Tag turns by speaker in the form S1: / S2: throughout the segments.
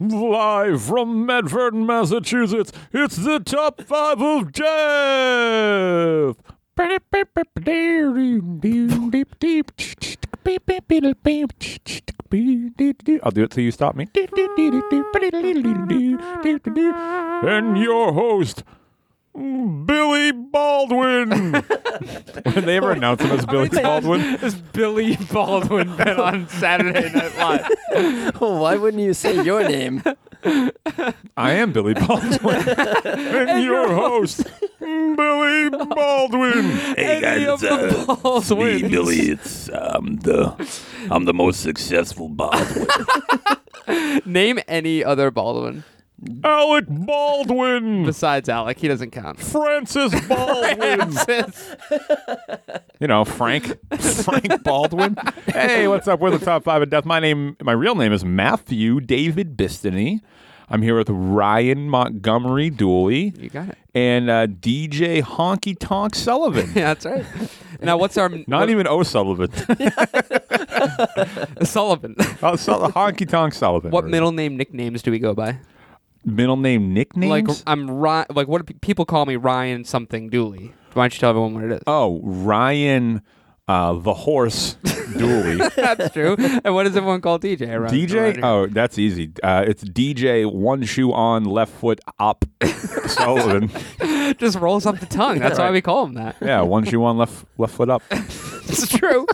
S1: Live from Medford, Massachusetts, it's the top five of death. I'll do it till you stop me. And your host, Billy Baldwin. Did they ever announce him as
S2: Oh
S1: Billy Baldwin?
S2: Has Billy Baldwin been on Saturday Night Live?
S3: Why wouldn't you say your name?
S1: I am Billy Baldwin. and, your host, Billy Baldwin.
S4: Hey
S2: Any of
S4: guys,
S2: the
S4: uh, it's me,
S2: Baldwins.
S4: Billy. It's um the I'm the most successful Baldwin.
S2: Name any other Baldwin
S1: Alec Baldwin.
S2: besides Alec. He doesn't count.
S1: Francis Baldwin.
S2: Francis.
S1: you know, Frank. Frank Baldwin. Hey, what's up? We're the top five of death. My name, my real name is Matthew David Bistany. I'm here with Ryan Montgomery Dooley
S2: You got it.
S1: and uh, DJ Honky Tonk Sullivan.
S2: Yeah, that's right. Now, what's our
S1: Not even O'Sullivan.
S2: Sullivan?
S1: Oh, Sul- Honky Tonk Sullivan.
S2: what middle name nicknames do we go by?
S1: middle name nicknames?
S2: Like I'm Ryan. Like what do pe- people call me? Ryan something Dooley. Why don't you tell everyone what it is?
S1: Oh, Ryan uh, the horse Dooley.
S2: That's true. And what does everyone call DJ? Around, around
S1: DJ?
S2: here?
S1: Oh, that's easy. Uh, it's DJ one shoe on, left foot up Sullivan. Oh.
S2: just rolls off the tongue. That's why we call him that.
S1: Yeah, one shoe on, left left foot up.
S2: It's true.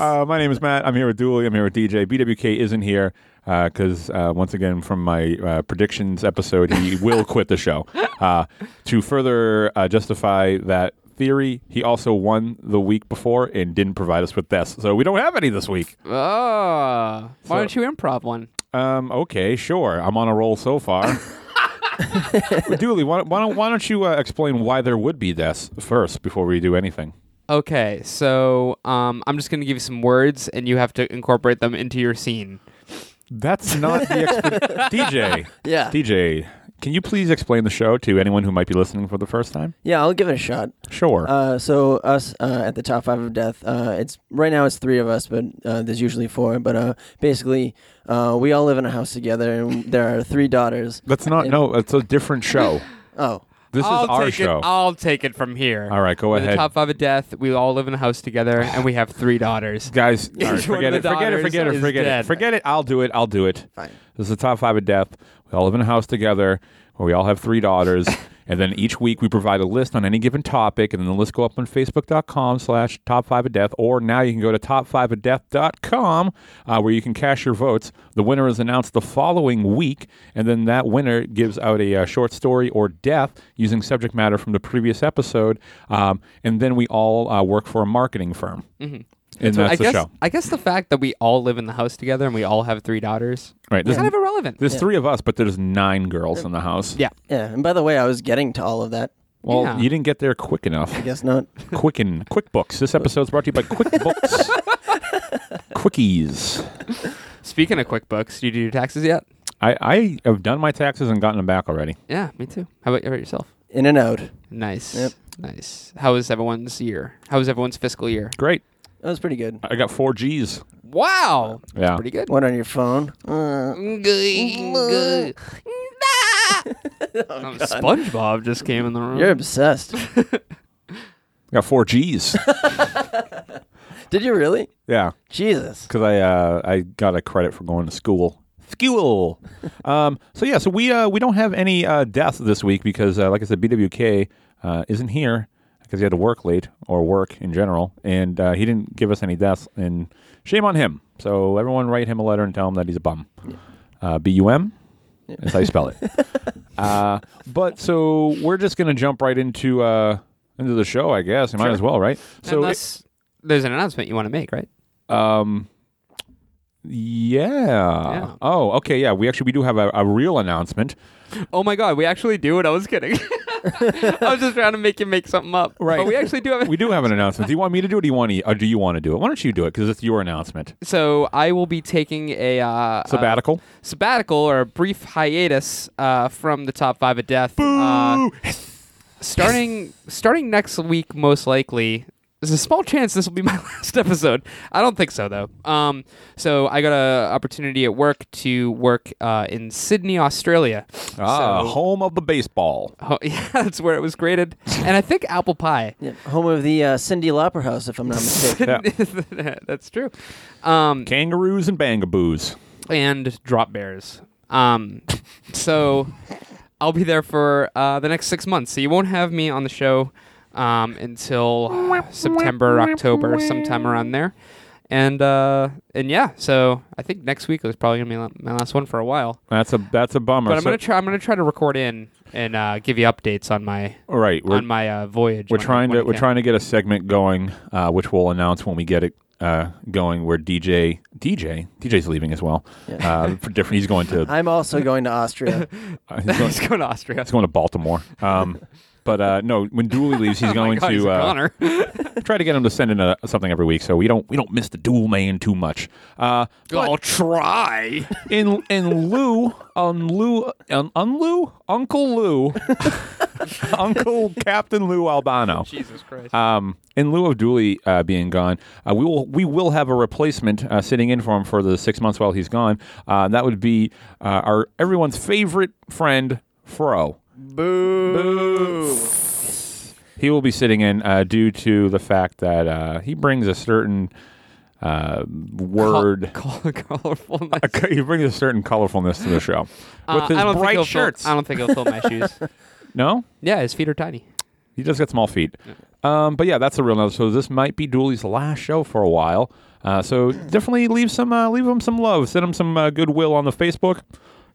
S1: Uh, my name is Matt. I'm here with Dooley. I'm here with DJ. BWK isn't here because uh, once again, from my uh, predictions episode, he will quit the show. Uh, to further uh, justify that theory, he also won the week before and didn't provide us with this, so we don't have any this week.
S2: oh, Ah, why
S1: So-
S2: don't you improv one?
S1: Um, okay, sure. I'm on a roll so far. Dooley, why, why don't why don't you uh, explain why there would be this first before we do anything?
S2: Okay, so um, I'm just gonna give you some words, and you have to incorporate them into your scene.
S1: That's not the expert. DJ,
S3: Yeah.
S1: DJ, can you please explain the show to anyone who might be listening for the first time?
S3: Yeah, I'll give it a shot.
S1: Sure.
S3: Uh, so us uh, at the top five of death. Uh, it's right now it's three of us, but uh, there's usually four. But uh, basically, uh, we all live in a house together, and there are three daughters.
S1: That's not no. It's a different show.
S3: Oh,
S1: This
S2: I'll
S1: is our
S2: take
S1: show.
S2: It, I'll take it from here.
S1: All right, go
S2: We're The
S1: ahead.
S2: top five of death. We all live in a house together, and we have three daughters.
S1: Guys,
S2: Each
S1: all right,
S2: one
S1: forget,
S2: of
S1: it,
S2: the
S1: forget it,
S2: daughters
S1: forget it,
S2: is
S1: forget it,
S2: dead.
S1: forget it. I'll do it. I'll do it.
S3: fine.
S1: This is the top five of death. We all live in a house together where we all have three daughters. and then each week we provide a list on any given topic. And then the list go up on facebook.com slash top five of death. Or now you can go to top five of death.com uh, where you can cash your votes. The winner is announced the following week. And then that winner gives out a uh, short story or death using subject matter from the previous episode. Um, and then we all uh, work for a marketing firm. Mm-hmm. And that's
S2: Mm. I
S1: the
S2: guess,
S1: show.
S2: I guess the fact that we all live in the house together and we all have three daughters
S1: Right.
S2: is
S1: There's,
S2: kind of irrelevant.
S1: there's three of us, but there's nine girls in the house.
S2: yeah.
S3: Yeah, and by the way, I was getting to all of that.
S1: Well,
S2: Yeah.
S1: you didn't get there quick enough.
S3: I guess not.
S1: Quicken, QuickBooks. This episode's brought to you by QuickBooks. Quickies.
S2: Speaking of QuickBooks, you do your taxes yet?
S1: I, I have done my taxes and gotten them back already.
S2: Yeah, me too. How about, how about yourself?
S3: In and out. That
S2: Nice.
S3: Yep.
S2: Nice. How was everyone's year? How was everyone's fiscal year?
S1: Great.
S3: was pretty good.
S1: I got four G's.
S2: Wow.
S1: Yeah.
S2: Pretty good.
S3: One on your phone. Uh,
S2: Good.
S1: Oh,
S2: Um, SpongeBob just came in the room.
S3: you're obsessed.
S1: I got four G's.
S3: Did you really?
S1: yeah.
S3: Jesus.
S1: because I uh, I got a credit for going to school. School. um, so yeah, so we uh, we don't have any uh, death this week because, uh, like I said, BWK uh, isn't here because he had to work late or work in general, and uh, he didn't give us any deaths. And shame on him. So everyone, write him a letter and tell him that he's a bum. Uh, B U M. That's how you spell it. uh, but so we're just gonna jump right into uh, into the show, I guess. You might
S2: Sure.
S1: as well, right? So
S2: Unless there's an announcement you want to make, right?
S1: um, yeah.
S2: Yeah.
S1: Oh, okay. Yeah, we actually we do have a, a real announcement.
S2: Oh my God, we actually do it. I was kidding. I was just trying to make you make something up.
S1: Right.
S2: But we actually do have
S1: We do have an announcement. Do you want me to do it? Or do you want? To, or do you want to do it? Why don't you do it? Because it's your announcement.
S2: So I will be taking a uh, uh,
S1: Sabbatical.
S2: sabbatical or a brief hiatus uh, from the top five of death. Uh, starting starting next week, most likely. there's a small chance this will be my last episode. I don't think so though. Um, so I got an opportunity at work to work uh, in Sydney, Australia.
S1: Ah,
S2: So-
S1: home of the baseball.
S2: Oh, yeah, that's where it was graded, and I think apple pie.
S3: Yeah, home of the uh, Cindy Lauper House, if I'm not mistaken.
S1: Yeah.
S2: that's true. Um,
S1: Kangaroos and bangaboos.
S2: and drop bears. Um, so I'll be there for uh, the next six months. So you won't have me on the show um, until September, October, sometime around there. And uh, and yeah, so I think next week is probably gonna be la- my last one for a while.
S1: That's a that's a bummer.
S2: But I'm
S1: Oh, So-
S2: gonna try. I'm gonna try to record in and uh, give you updates on my
S1: all right, we're,
S2: on my uh, voyage.
S1: we're
S2: when I-
S1: trying
S2: when
S1: to
S2: I
S1: we're
S2: can.
S1: trying to get a segment going, uh, which we'll announce when we get it uh, going. Where DJ DJ DJ's leaving as well. Uh, for different, he's going to
S3: I'm also going to Austria.
S1: uh, he's going,
S2: Let's go to Austria.
S1: he's going to Baltimore. Um, but uh, no, when Dooley leaves, he's
S2: Oh my
S1: going
S2: God,
S1: to
S2: he's a
S1: uh,
S2: goner.
S1: try to get him to send in a, something every week, so we don't we don't miss the dual main too much. Uh,
S2: I'll try.
S1: in in lieu on Lou on, on Lou Uncle Lou Uncle Captain Lou Albano.
S2: Jesus Christ.
S1: Um, in lieu of Dooley uh, being gone, uh, we will we will have a replacement uh, sitting in for him for the six months while he's gone. Uh, that would be uh, our everyone's favorite friend Fro.
S2: Boo.
S1: He will be sitting in uh, due to the fact that uh, he brings a certain uh, word.
S2: Col- col- colorful.
S1: a co- he brings a certain colorfulness to the show with his
S2: Uh, I don't think
S1: bright
S2: he'll
S1: shirts.
S2: Fill, I don't think he'll fill my shoes.
S1: no,
S2: Yeah, his feet are tiny.
S1: he does got small feet. Um, but yeah, that's a real note. So this might be Dooley's last show for a while. Uh, so definitely leave some uh, leave him some love. Send him some uh, goodwill on the Facebook.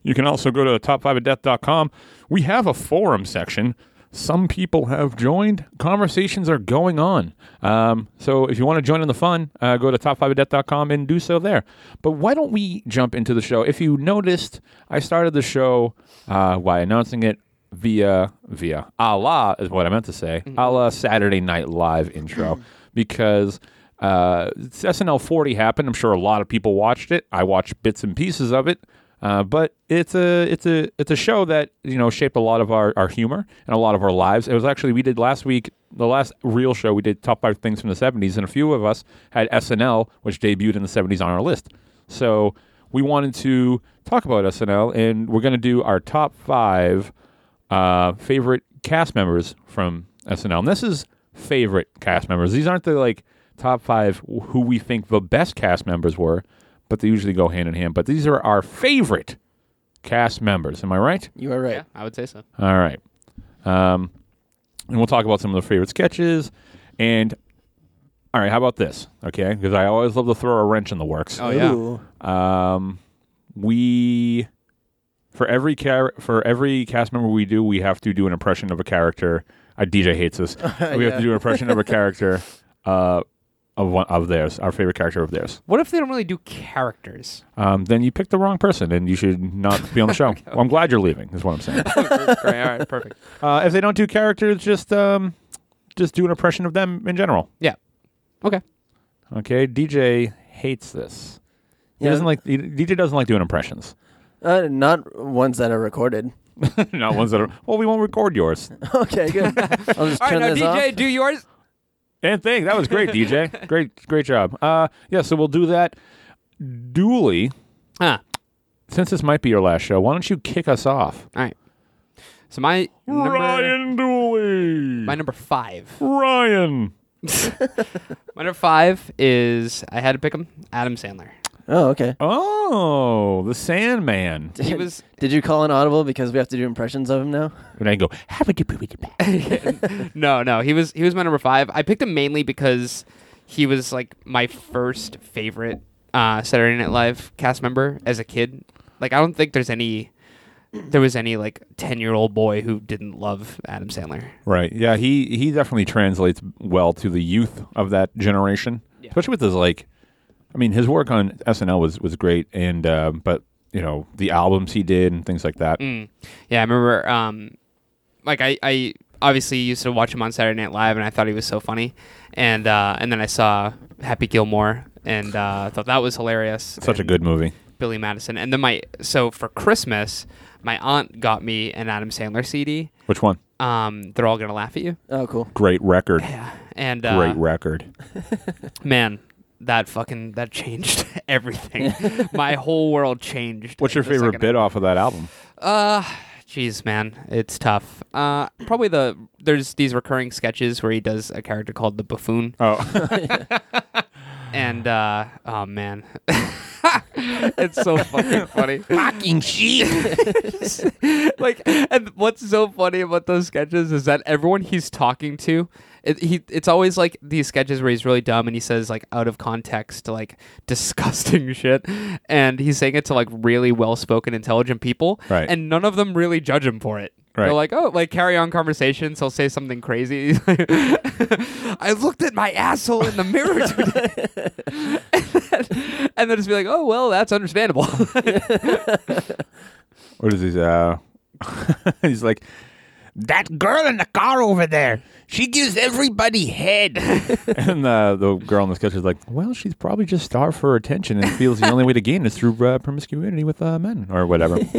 S1: You can also go to top5ofdeath.com. We have a forum section. Some people have joined. Conversations are going on. Um, so if you want to join in the fun, uh, go to top5ofdeath.com and do so there. But why don't we jump into the show? If you noticed, I started the show uh, by announcing it via via a la is what I meant to say a la Saturday Night Live intro because uh, it's SNL 40 happened. I'm sure a lot of people watched it. I watched bits and pieces of it, uh, but it's a it's a it's a show that you know shaped a lot of our, our humor and a lot of our lives. It was actually we did last week the last real show we did top five things from the 70s, and a few of us had SNL, which debuted in the 70s on our list. So. We wanted to talk about SNL, and we're going to do our top five uh, favorite cast members from SNL. And this is favorite cast members. These aren't the like top five who we think the best cast members were, but they usually go hand in hand. But these are our favorite cast members. Am I right?
S3: you are right.
S2: Yeah, I would say so.
S1: All right. Um, and we'll talk about some of their favorite sketches. And all right, how about this? Okay, because I always love to throw a wrench in the works.
S2: Oh yeah.
S3: Ooh.
S1: Um, we for every char- for every cast member we do, we have to do an impression of a character. Uh, DJ hates this. we have
S3: Yeah.
S1: to do an impression of a character uh, of one of theirs, our favorite character of theirs.
S2: What if they don't really do characters?
S1: Um, then you picked the wrong person, and you should not be on the show. well, I'm glad you're leaving. Is what I'm saying.
S2: Great, all right, perfect.
S1: uh, if they don't do characters, just um, just do an impression of them in general.
S2: Yeah. Okay.
S1: Okay. DJ hates this. He
S3: Yeah.
S1: doesn't like he- DJ doesn't like doing impressions.
S3: Uh, not ones that are recorded.
S1: not ones that are. Well, we won't record yours.
S3: Okay, good. I'll just
S2: All right,
S3: turn
S2: now
S3: this
S2: DJ,
S3: off.
S2: do yours.
S1: And thank that was great, DJ. great, great job. Uh, yeah, so we'll do that. Dooley,
S2: Huh.
S1: since this might be your last show, why don't you kick us off?
S2: All right. So my number,
S1: Dooley.
S2: my number five.
S1: Ryan.
S2: My number five is I had to pick him. Adam Sandler.
S3: Oh, okay.
S1: Oh, the Sandman.
S2: He was
S3: Did you call an audible because we have to do impressions of him now?
S1: And I go,
S2: no, no, he was he was my number five. I picked him mainly because he was like my first favorite uh, Saturday Night Live cast member as a kid. Like I don't think there's any there was any like ten year old boy who didn't love Adam Sandler.
S1: Right. Yeah, he he definitely translates well to the youth of that generation,
S2: Yeah.
S1: especially with his like. I mean, his work on SNL was was great, and uh, but you know the albums he did and things like that.
S2: Mm. Yeah, I remember. Um, like I, I obviously used to watch him on Saturday Night Live, and I thought he was so funny. And uh, and then I saw Happy Gilmore, and uh, I thought that was hilarious.
S1: Such a
S2: And
S1: good movie.
S2: Billy Madison. And then my so for Christmas, my aunt got me an Adam Sandler CD.
S1: Which one?
S2: Um, they're all gonna laugh at you.
S3: Oh, cool.
S1: Great record.
S2: Yeah, And uh,
S1: Great record.
S2: man, that fucking that changed everything. My whole world changed.
S1: What's your
S2: the
S1: favorite
S2: second
S1: bit off of that album?
S2: Uh jeez man, it's tough. Uh probably the there's these recurring sketches where he does a character called the buffoon
S1: Oh,
S2: and uh oh man. it's so fucking funny.
S1: fucking shit.
S2: like and what's so funny about those sketches is that everyone he's talking to it, he it's always like these sketches where he's really dumb and he says like out of context like disgusting shit and he's saying it to like really well-spoken intelligent people
S1: Right.
S2: and none of them really judge him for it
S1: Right.
S2: They're like, oh, like carry on conversations. He'll say something crazy. I looked at my asshole in the mirror today. and, then, and then just be like, oh, well, that's understandable.
S1: What is he? Uh, he's like,
S4: That girl in the car over there, she gives everybody head.
S1: and uh, the girl in the sketch is like, well, she's probably just starved for attention and feels the only way to gain is through uh, promiscuity with uh, men or whatever.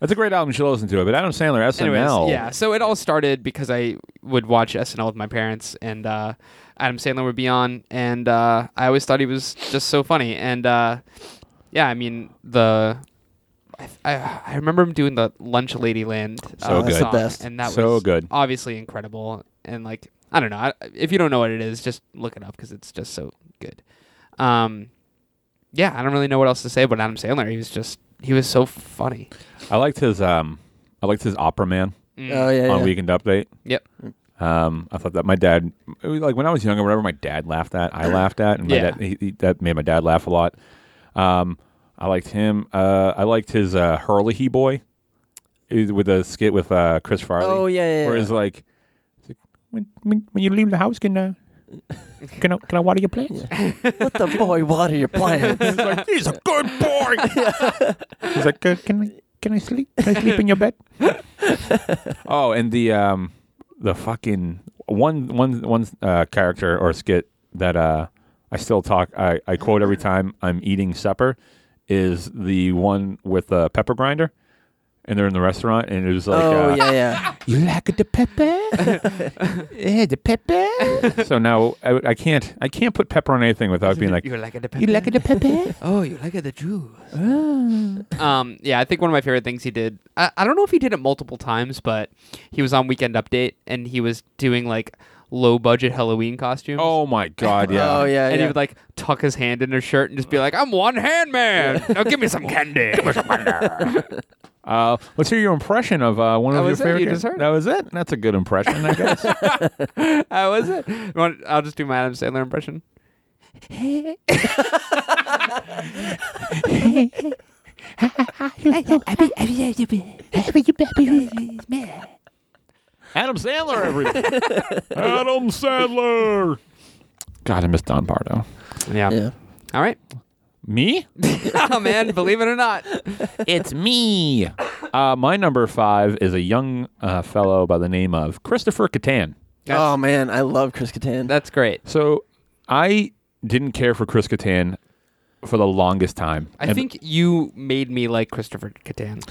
S1: That's a great album. You should listen to it. But Adam Sandler, SNL.
S2: Anyways, yeah. So it all started because I would watch SNL with my parents, and uh, Adam Sandler would be on, and uh, I always thought he was just so funny. And uh, yeah, I mean the. I, I, I remember him doing the Lunch Lady Land
S1: So
S2: uh,
S1: good. That's the
S2: song,
S3: best.
S2: and that
S1: So
S2: was
S1: good.
S2: obviously incredible. And like I don't know, I, if you don't know what it is, just look it up because it's just so good. Um, yeah, I don't really know what else to say about Adam Sandler. He was just he was so funny.
S1: I liked his um, I liked his Opera Man
S2: Mm.
S3: Oh yeah,
S1: on
S3: yeah.
S1: Weekend Update.
S2: Yep.
S1: Um, I thought that my dad, it was like when I was younger, whenever my dad laughed at, I laughed at, and my
S2: Yeah.
S1: dad, he, he- that made my dad laugh a lot. Um, I liked him. Uh, I liked his uh, Hurley He Boy It- with a skit with uh, Chris Farley.
S3: Oh yeah, yeah. yeah.
S1: Where it's like, it's like, when, when when you leave the house, can uh, can I, can I water your plants?
S3: Let the boy water your plants.
S1: He's like, he's a good boy. he's like, uh, can I can I sleep? Can I sleep in your bed? oh, and the um the fucking one one one uh, character or skit that uh I still talk I, I quote every time I'm eating supper is the one with the pepper grinder. And they're in the restaurant, and it was like,
S3: oh
S1: uh,
S3: yeah, yeah.
S1: "You like the pepper, yeah, the pepper." so now I, I can't, I can't put pepper on anything without being like,
S2: You're like a
S1: "You
S2: dependent.
S1: like the pepper."
S2: Oh, you like the Jew. um, yeah, I think one of my favorite things he did. I, I don't know if he did it multiple times, but he was on Weekend Update and he was doing like low budget Halloween costumes.
S1: Oh my god, yeah.
S3: Oh yeah,
S2: and
S3: yeah.
S2: he would like tuck his hand in his shirt and just be like, "I'm one hand man. now give me some candy."
S1: Uh, let's hear your impression of uh, one
S2: That
S1: of your
S2: was it?
S1: favorite.
S2: You
S1: char-
S2: just heard it.
S1: that was it. That's a good impression, I guess.
S2: How was it? You want- I'll just do my Adam Sandler impression.
S1: Adam Sandler, everybody. Adam Sandler. God, I miss Don Pardo.
S2: Yeah.
S3: yeah.
S2: All right.
S1: Me?
S2: oh man, believe it or not.
S1: It's me. Uh, my number five is a young uh, fellow by the name of Christopher Catan.
S2: That's-
S3: oh man, I love Chris Kattan.
S2: That's great.
S1: So I didn't care for Chris Catan for the longest time.
S2: I
S1: And
S2: think you made me like Christopher Catan.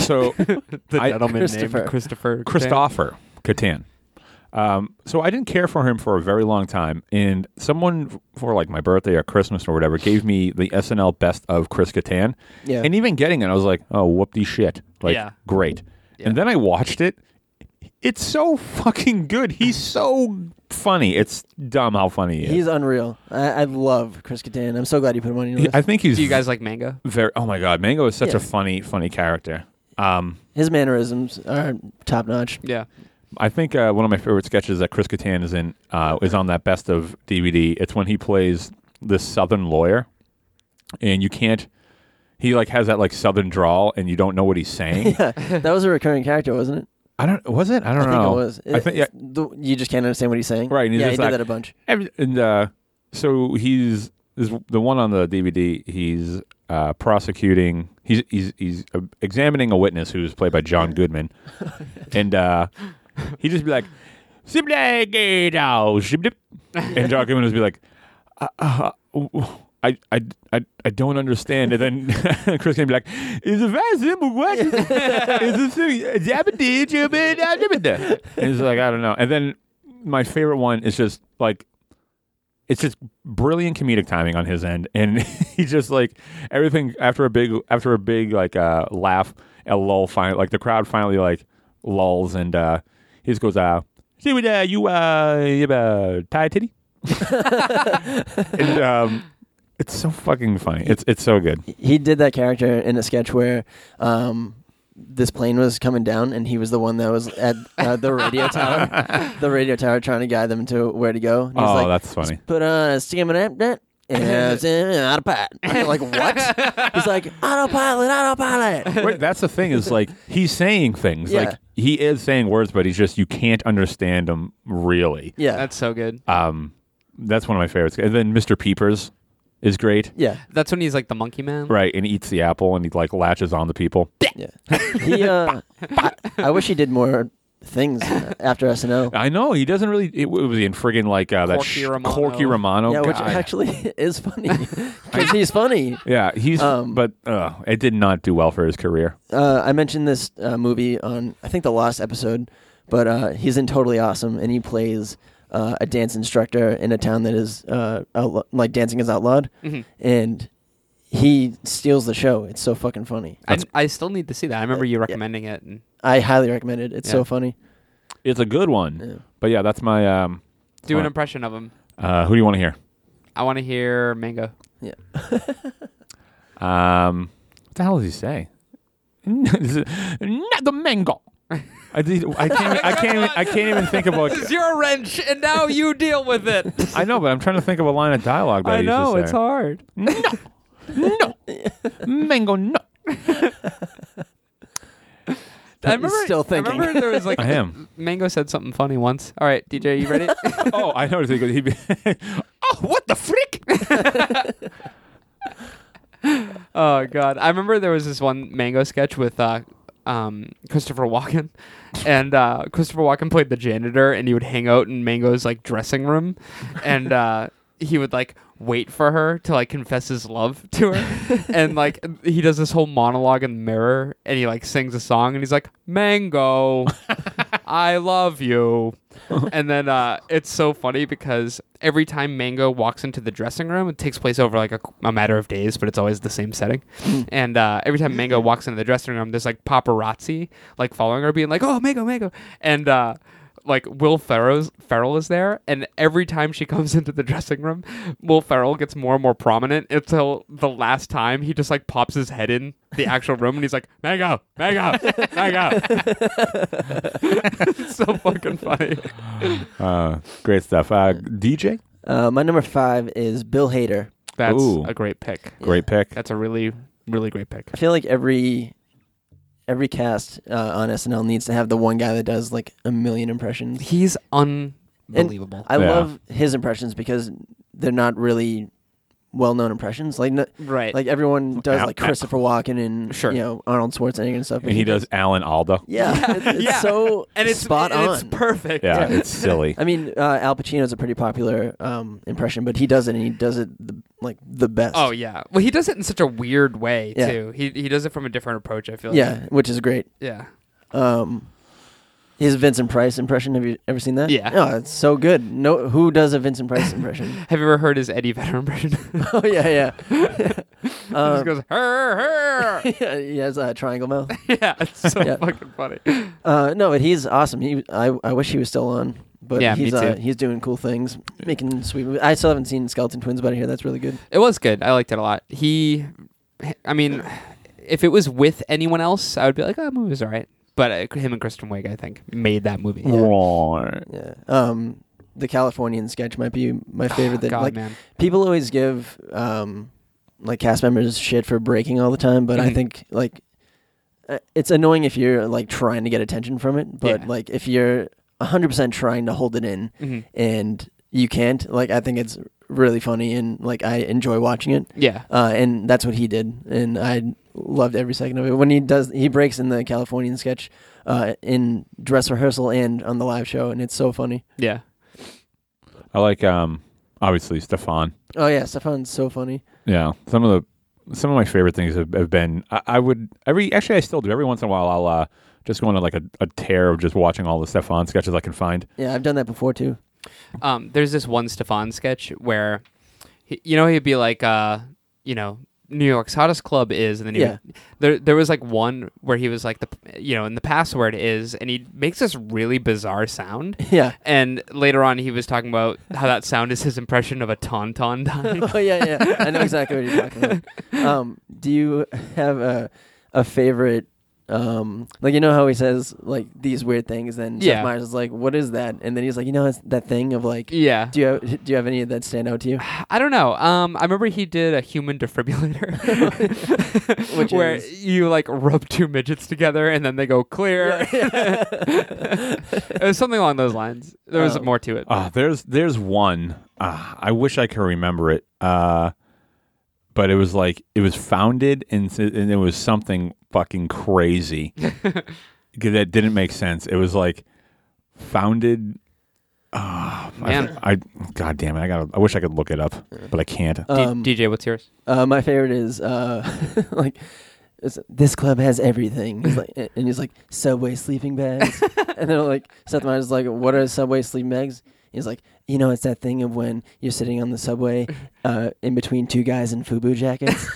S1: so.
S2: The
S1: I-
S2: gentleman
S3: Christopher.
S2: named Christopher. Catan.
S1: Christopher Catan. Um, so I didn't care for him for a very long time, and someone f- for like my birthday or Christmas or whatever gave me the SNL best of Chris Catan,
S3: Yeah.
S1: and even getting it, I was like, oh whoopty shit, like
S2: Yeah.
S1: great. And then I watched it. It's so fucking good. He's so funny. It's dumb how funny he is.
S3: He's unreal. I, I love Chris Kattan. I'm so glad you put him on your
S1: He-
S3: list.
S1: I think he's
S2: Do you guys like manga?
S1: very. Oh my god, Mango is such
S3: Yeah.
S1: a funny, funny character. Um,
S3: His mannerisms are top notch.
S2: Yeah.
S1: I think uh, one of my favorite sketches that Chris Kattan is in uh, is on that best of DVD. It's when he plays this Southern lawyer, and you can't. He like has that like Southern drawl, and you don't know what he's saying.
S3: that was a recurring character, wasn't it?
S1: I don't. Was it? I don't
S3: I think
S1: know.
S3: it was.
S1: I think yeah.
S3: It's the- you just can't understand what he's saying.
S1: Right, and he's
S3: yeah, he
S1: just
S3: did
S1: like-
S3: that a bunch.
S1: Every- And uh, so he's is the one on the DVD. He's uh, prosecuting. He's he's he's uh, examining a witness who's played by John Goodman, and uh, he just be like, "Siblegado, shibdip," and John Goodman would just be like, uh, uh, I, I, I, I don't understand. And then Chris can be like, it's a very simple question. uh, It's a simple. And he's like, I don't know. And then my favorite one is just like it's just brilliant comedic timing on his end and he's just like everything after a big after a big like uh laugh a lull finally like the crowd finally like lulls and uh he just goes uh see what uh you uh you uh tie a titty and um it's so fucking funny it's it's so good
S3: he did that character in a sketch where um, this plane was coming down and he was the one that was at uh, the radio tower the radio tower trying to guide them to where to go and he's
S1: oh
S3: like
S1: that's funny
S3: put on a skimmer and it's in autopilot I'm like what he's like autopilot autopilot
S1: Wait, that's the thing is like he's saying things
S3: Yeah.
S1: like he is saying words but he's just you can't understand them really
S3: yeah
S2: That's so good.
S1: um that's one of my favorites and then mr peepers is great
S3: yeah
S2: That's when he's like the monkey man.
S1: right and eats the apple and he like latches on to people
S3: yeah he uh I, I wish he did more things after SNL
S1: i know he doesn't really it, was he in friggin like uh that
S2: Corky
S1: sh-
S2: Romano.
S1: corky romano
S3: yeah which
S1: Oh, God.
S3: actually is funny because he's funny
S1: yeah he's
S3: Um,
S1: but uh it did not do well for his career
S3: uh, I mentioned this uh, movie on I think the last episode, but uh, he's in Totally Awesome and he plays uh, a dance instructor in a town that is uh, outla- like dancing is outlawed,
S2: Mm-hmm.
S3: and he steals the show. It's so fucking funny.
S2: I, I still need to see that. I remember you recommending it. And,
S3: I highly recommend it. It's
S2: Yeah.
S3: so funny.
S1: it's a good one
S3: Yeah.
S1: but yeah that's my um
S2: do an
S1: Fine.
S2: impression of him.
S1: uh who do you want to hear
S2: I want to hear Mango.
S3: Yeah,
S1: Um, what the hell does he say? Not the mango. I, did- I can't. I can't. Even, I can't even think of like.
S2: your wrench, and now you deal with it.
S1: I know, but I'm trying to think of a line of dialogue. That I, Used to say.
S2: hard.
S1: No, mango. No.
S2: I remember.
S3: still
S2: I remember
S3: thinking.
S2: there was like
S1: I am.
S2: Mango said something funny once. All right, DJ, you ready?
S1: Oh, I noticed. He goes, he'd be, oh, what the frick?
S2: oh God, I remember there was this one Mango sketch with uh, um, Christopher Walken, and uh, Christopher Walken played the janitor, and he would hang out in Mango's like dressing room, and uh, he would like wait for her to like confess his love to her, and like he does this whole monologue in the mirror, and he like sings a song, and he's like Mango. I love you. and then uh, it's so funny because every time Mango walks into the dressing room, it takes place over like a, a matter of days, but it's always the same setting. and uh, every time Mango walks into the dressing room, there's like paparazzi like following her, being like, "Oh, Mango, Mango," and. Uh, like Will Ferrell's Ferrell is there, and every time she comes into the dressing room, Will Ferrell gets more and more prominent until the last time he just like pops his head in the actual room and he's like, "Mango, Mango, Mango." it's so fucking funny.
S1: Uh, great stuff. Uh, DJ,
S3: uh, my number five is Bill Hader.
S2: That's
S1: Ooh.
S2: a great pick.
S1: great pick.
S2: That's a really, really great pick.
S3: I feel like every every cast uh, on SNL needs to have the one guy that does like a million impressions.
S2: He's unbelievable.
S3: I
S1: Yeah.
S3: love his impressions because they're not really well-known impressions. Like, no,
S2: right.
S3: like everyone does,
S1: Al-
S3: like Christopher Walken and
S2: Sure.
S3: you know Arnold Schwarzenegger and stuff. but
S1: And he does Alan Alda.
S3: Yeah, it's, it's
S2: yeah.
S3: so
S2: and it's
S3: spot
S2: and
S3: on.
S2: It's perfect.
S1: Yeah, it's silly.
S3: I mean, uh, Al Pacino's a pretty popular um, impression, but he does it, and he does it the, like the best.
S2: Oh yeah. Well, he does it in such a weird way
S3: Yeah.
S2: too. He he does it from a different approach. I feel. like.
S3: yeah, which is great.
S2: Yeah.
S3: Um, his Vincent Price impression. Have you ever seen that?
S2: Yeah.
S3: Oh, it's so good. No, who does a Vincent Price impression?
S2: Have you ever heard his Eddie Vedder impression? he
S3: oh yeah, yeah.
S2: just
S3: Um,
S2: goes her her.
S3: yeah, he has a triangle mouth.
S2: yeah, it's so
S3: Yeah.
S2: fucking funny.
S3: Uh, no, but he's awesome. He, I, I wish he was still on, but
S2: Yeah, me
S3: he's Uh,
S2: too.
S3: he's doing cool things, making sweet. movies. I still haven't seen Skeleton Twins, but I hear that's really good.
S2: It was good. I liked it a lot. He, I mean, if it was with anyone else, I would be like, oh, the movie's all right. But uh, him and Kristen Wiig, I think, made that movie. Oh,
S1: Right.
S3: Yeah. Um, the Californian sketch might be my favorite. that
S2: Oh, God,
S3: like
S2: man.
S3: people always give um, like cast members shit for breaking all the time, but I
S2: Mhm.
S3: think like uh, it's annoying if you're like trying to get attention from it, but
S2: Yeah.
S3: like if you're 100% trying to hold it in
S2: Mhm.
S3: and you can't, like I think it's really funny and like I enjoy watching it.
S2: Yeah.
S3: uh, and that's what he did, and I loved every second of it. When he does, he breaks in the Californian sketch uh, in dress rehearsal and on the live show, and it's so funny.
S2: Yeah.
S1: I like um obviously Stefan.
S3: Oh yeah, Stefan's so funny.
S1: Yeah, some of the some of my favorite things have, have been I, I would every actually I still do every once in a while I'll uh, just going on like a, a tear of just watching all the Stefan sketches I can find.
S3: Yeah, I've done that before too.
S2: um, there's this one Stefan sketch where, he, you know, he'd be like, uh, you know, New York's hottest club is, and then he
S3: Yeah.
S2: would- there there was like one where he was like the you know, and the password is, and he makes this really bizarre sound.
S3: Yeah.
S2: And later on, he was talking about how that sound is his impression of a tauntaun dying.
S3: oh yeah, yeah. I know exactly what you're talking about. Um, do you have a a favorite? Um, like you know how he says like these weird things, then Seth
S2: Yeah.
S3: Meyers is like, "What is that?" And then he's like, "You know, it's that thing of like."
S2: yeah,
S3: Do you have, do you have any that stand out to you?
S2: I don't know. Um, I remember he did a human defibrillator,
S3: Which
S2: where
S3: is-
S2: you like rub two midgets together and then they go clear. it was something along those lines. There was
S3: Oh.
S2: more to it.
S1: Ah, there's there's one. Ah, I wish I could remember it. Uh, but it was like it was founded and s- and it was something fucking crazy 'Cause that didn't make sense. It was like founded. Ah,
S2: Man.
S1: I, I god damn it! I got. to I wish I could look it up, but I can't.
S2: D-
S3: Um,
S2: DJ, what's yours?
S3: uh, my favorite is uh, like it's, this club has everything. He's like, and he's like Subway sleeping bags, and they're like Seth Meyers is like, "What are Subway sleeping bags?" He's like, "You know, it's that thing of when you're sitting on the subway uh, in between two guys in FUBU jackets."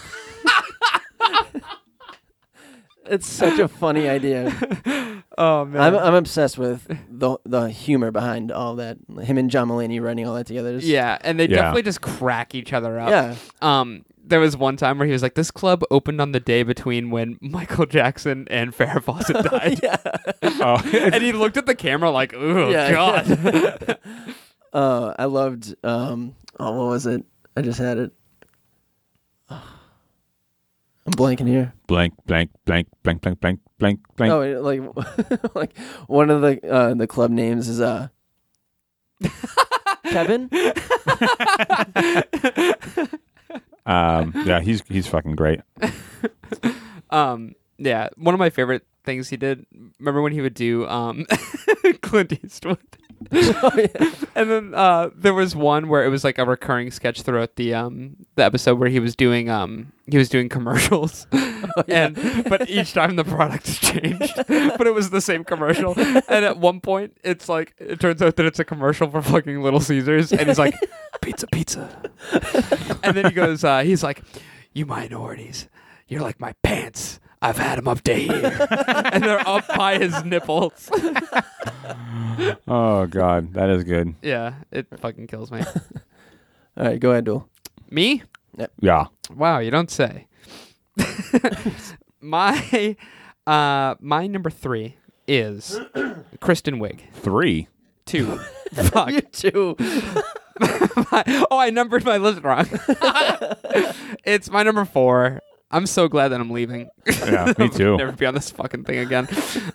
S3: it's such a funny idea.
S2: Oh man,
S3: I'm, I'm obsessed with the the humor behind all that. Him and John Mulaney writing all that together. is-
S2: yeah, and they
S1: Yeah.
S2: definitely just crack each other up.
S3: yeah.
S2: Um, there was one time where he was like, "This club opened on the day between when Michael Jackson and Farrah Fawcett died,"
S1: Oh,
S2: and he looked at the camera like, "Oh
S3: Yeah,
S2: god."
S3: Uh, I loved. Um, oh, what was it? I just had it. I'm blanking here.
S1: blank, blank, blank, blank, blank, blank, blank, blank.
S3: Oh, it- like like one of the uh, the club names is uh Kevin. Oh,
S1: Um, yeah, he's he's fucking great.
S2: Um, yeah, one of my favorite things he did. Remember when he would do um, Clint Eastwood,
S3: Oh, yeah.
S2: and then uh, there was one where it was like a recurring sketch throughout the um the episode where he was doing um he was doing commercials, and but each time the products changed, but it was the same commercial. And at one point, it's like it turns out that it's a commercial for fucking Little Caesars, and he's like, pizza, pizza, and then he goes, uh, he's like, you minorities, you're like my pants. I've had them up to here, and they're up by his nipples.
S1: Oh god, that is good.
S2: yeah, it fucking kills me.
S3: All right, go ahead, Duel.
S2: Me?
S1: Yeah.
S2: Wow, you don't say. my uh my number three is Kristen Wiig.
S1: Three.
S2: Two. Fuck.
S3: You too.
S2: My- oh, I numbered my list wrong. it's my number four. I'm so glad that I'm leaving.
S1: Yeah, me too.
S2: Never be on this fucking thing again.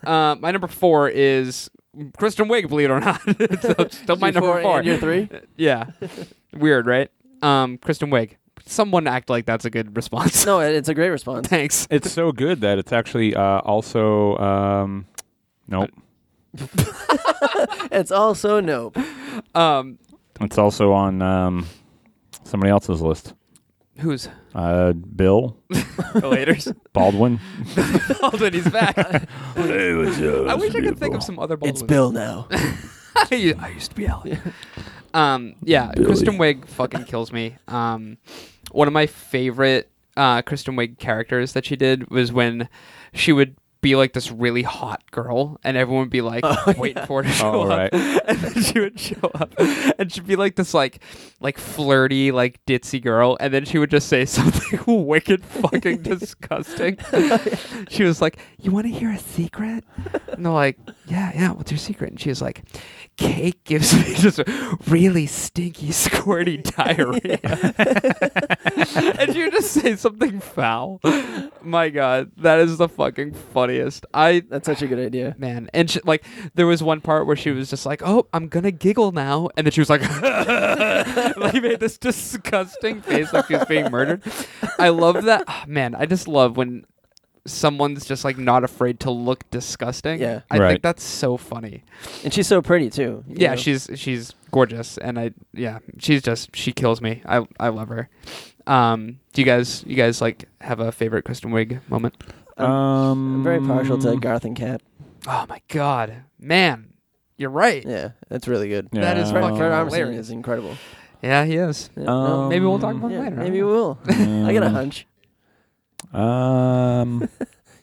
S2: Uh, my number four is Kristen Wiig. Believe it or not, it's still- still my
S3: Your
S2: number four.
S3: And your three.
S2: yeah, weird, right? Um, Kristen Wiig. Someone act like that's a good response.
S3: No, it- it's a great response.
S2: Thanks.
S1: It's so good that it's actually uh, also um, nope.
S3: It's also nope.
S2: Um,
S1: It's also on um, somebody else's list.
S2: who's
S1: Uh, Bill
S2: Laters?
S1: Baldwin.
S2: Baldwin, he's back. I wish I could think of some other Baldwin.
S3: It's Bill now.
S2: I u- I used to be Elliot. Um, yeah, Kristen Wiig fucking kills me. Um, one of my favorite uh, Kristen Wiig characters that she did was when she would be like this really hot girl, and everyone would be like waiting for her to show
S1: Oh, right.
S2: up, and then she would show up, and she'd be like this like like flirty like ditzy girl, and then she would just say something wicked fucking disgusting. she was like, "You want to hear a secret?" And they're like, "Yeah, yeah. What's your secret?" And she was like, "Cake gives me just a really stinky, squirty diarrhea." and you just say something foul. My God, that is the fucking funniest. I
S3: That's such a good idea.
S2: man, and she, like there was one part where she was just like, "Oh, I'm gonna giggle now," and then she was like, like made this disgusting face like she was being murdered. I love that, Ah, man. I just love when someone's just like not afraid to look disgusting.
S3: Yeah.
S2: I
S1: Right.
S2: think that's so funny.
S3: And she's so pretty too. you
S2: Yeah,
S3: know?
S2: she's she's gorgeous, and I yeah, she's just she kills me. I I love her. Um, do you guys you guys like have a favorite Kristen Wiig moment?
S3: I'm-
S1: um,
S2: Mm.
S3: I'm very partial to Garth and Cat.
S2: Oh my god, man, you're right.
S3: Yeah, that's really good.
S1: Yeah.
S2: That is fucking
S3: Fred Armisen
S2: hilarious.
S3: is incredible.
S2: Yeah, he is.
S3: Yeah,
S1: Um,
S2: Maybe we'll talk
S3: no,
S2: about it
S3: yeah,
S2: later.
S3: maybe we will. I got a hunch.
S1: Um,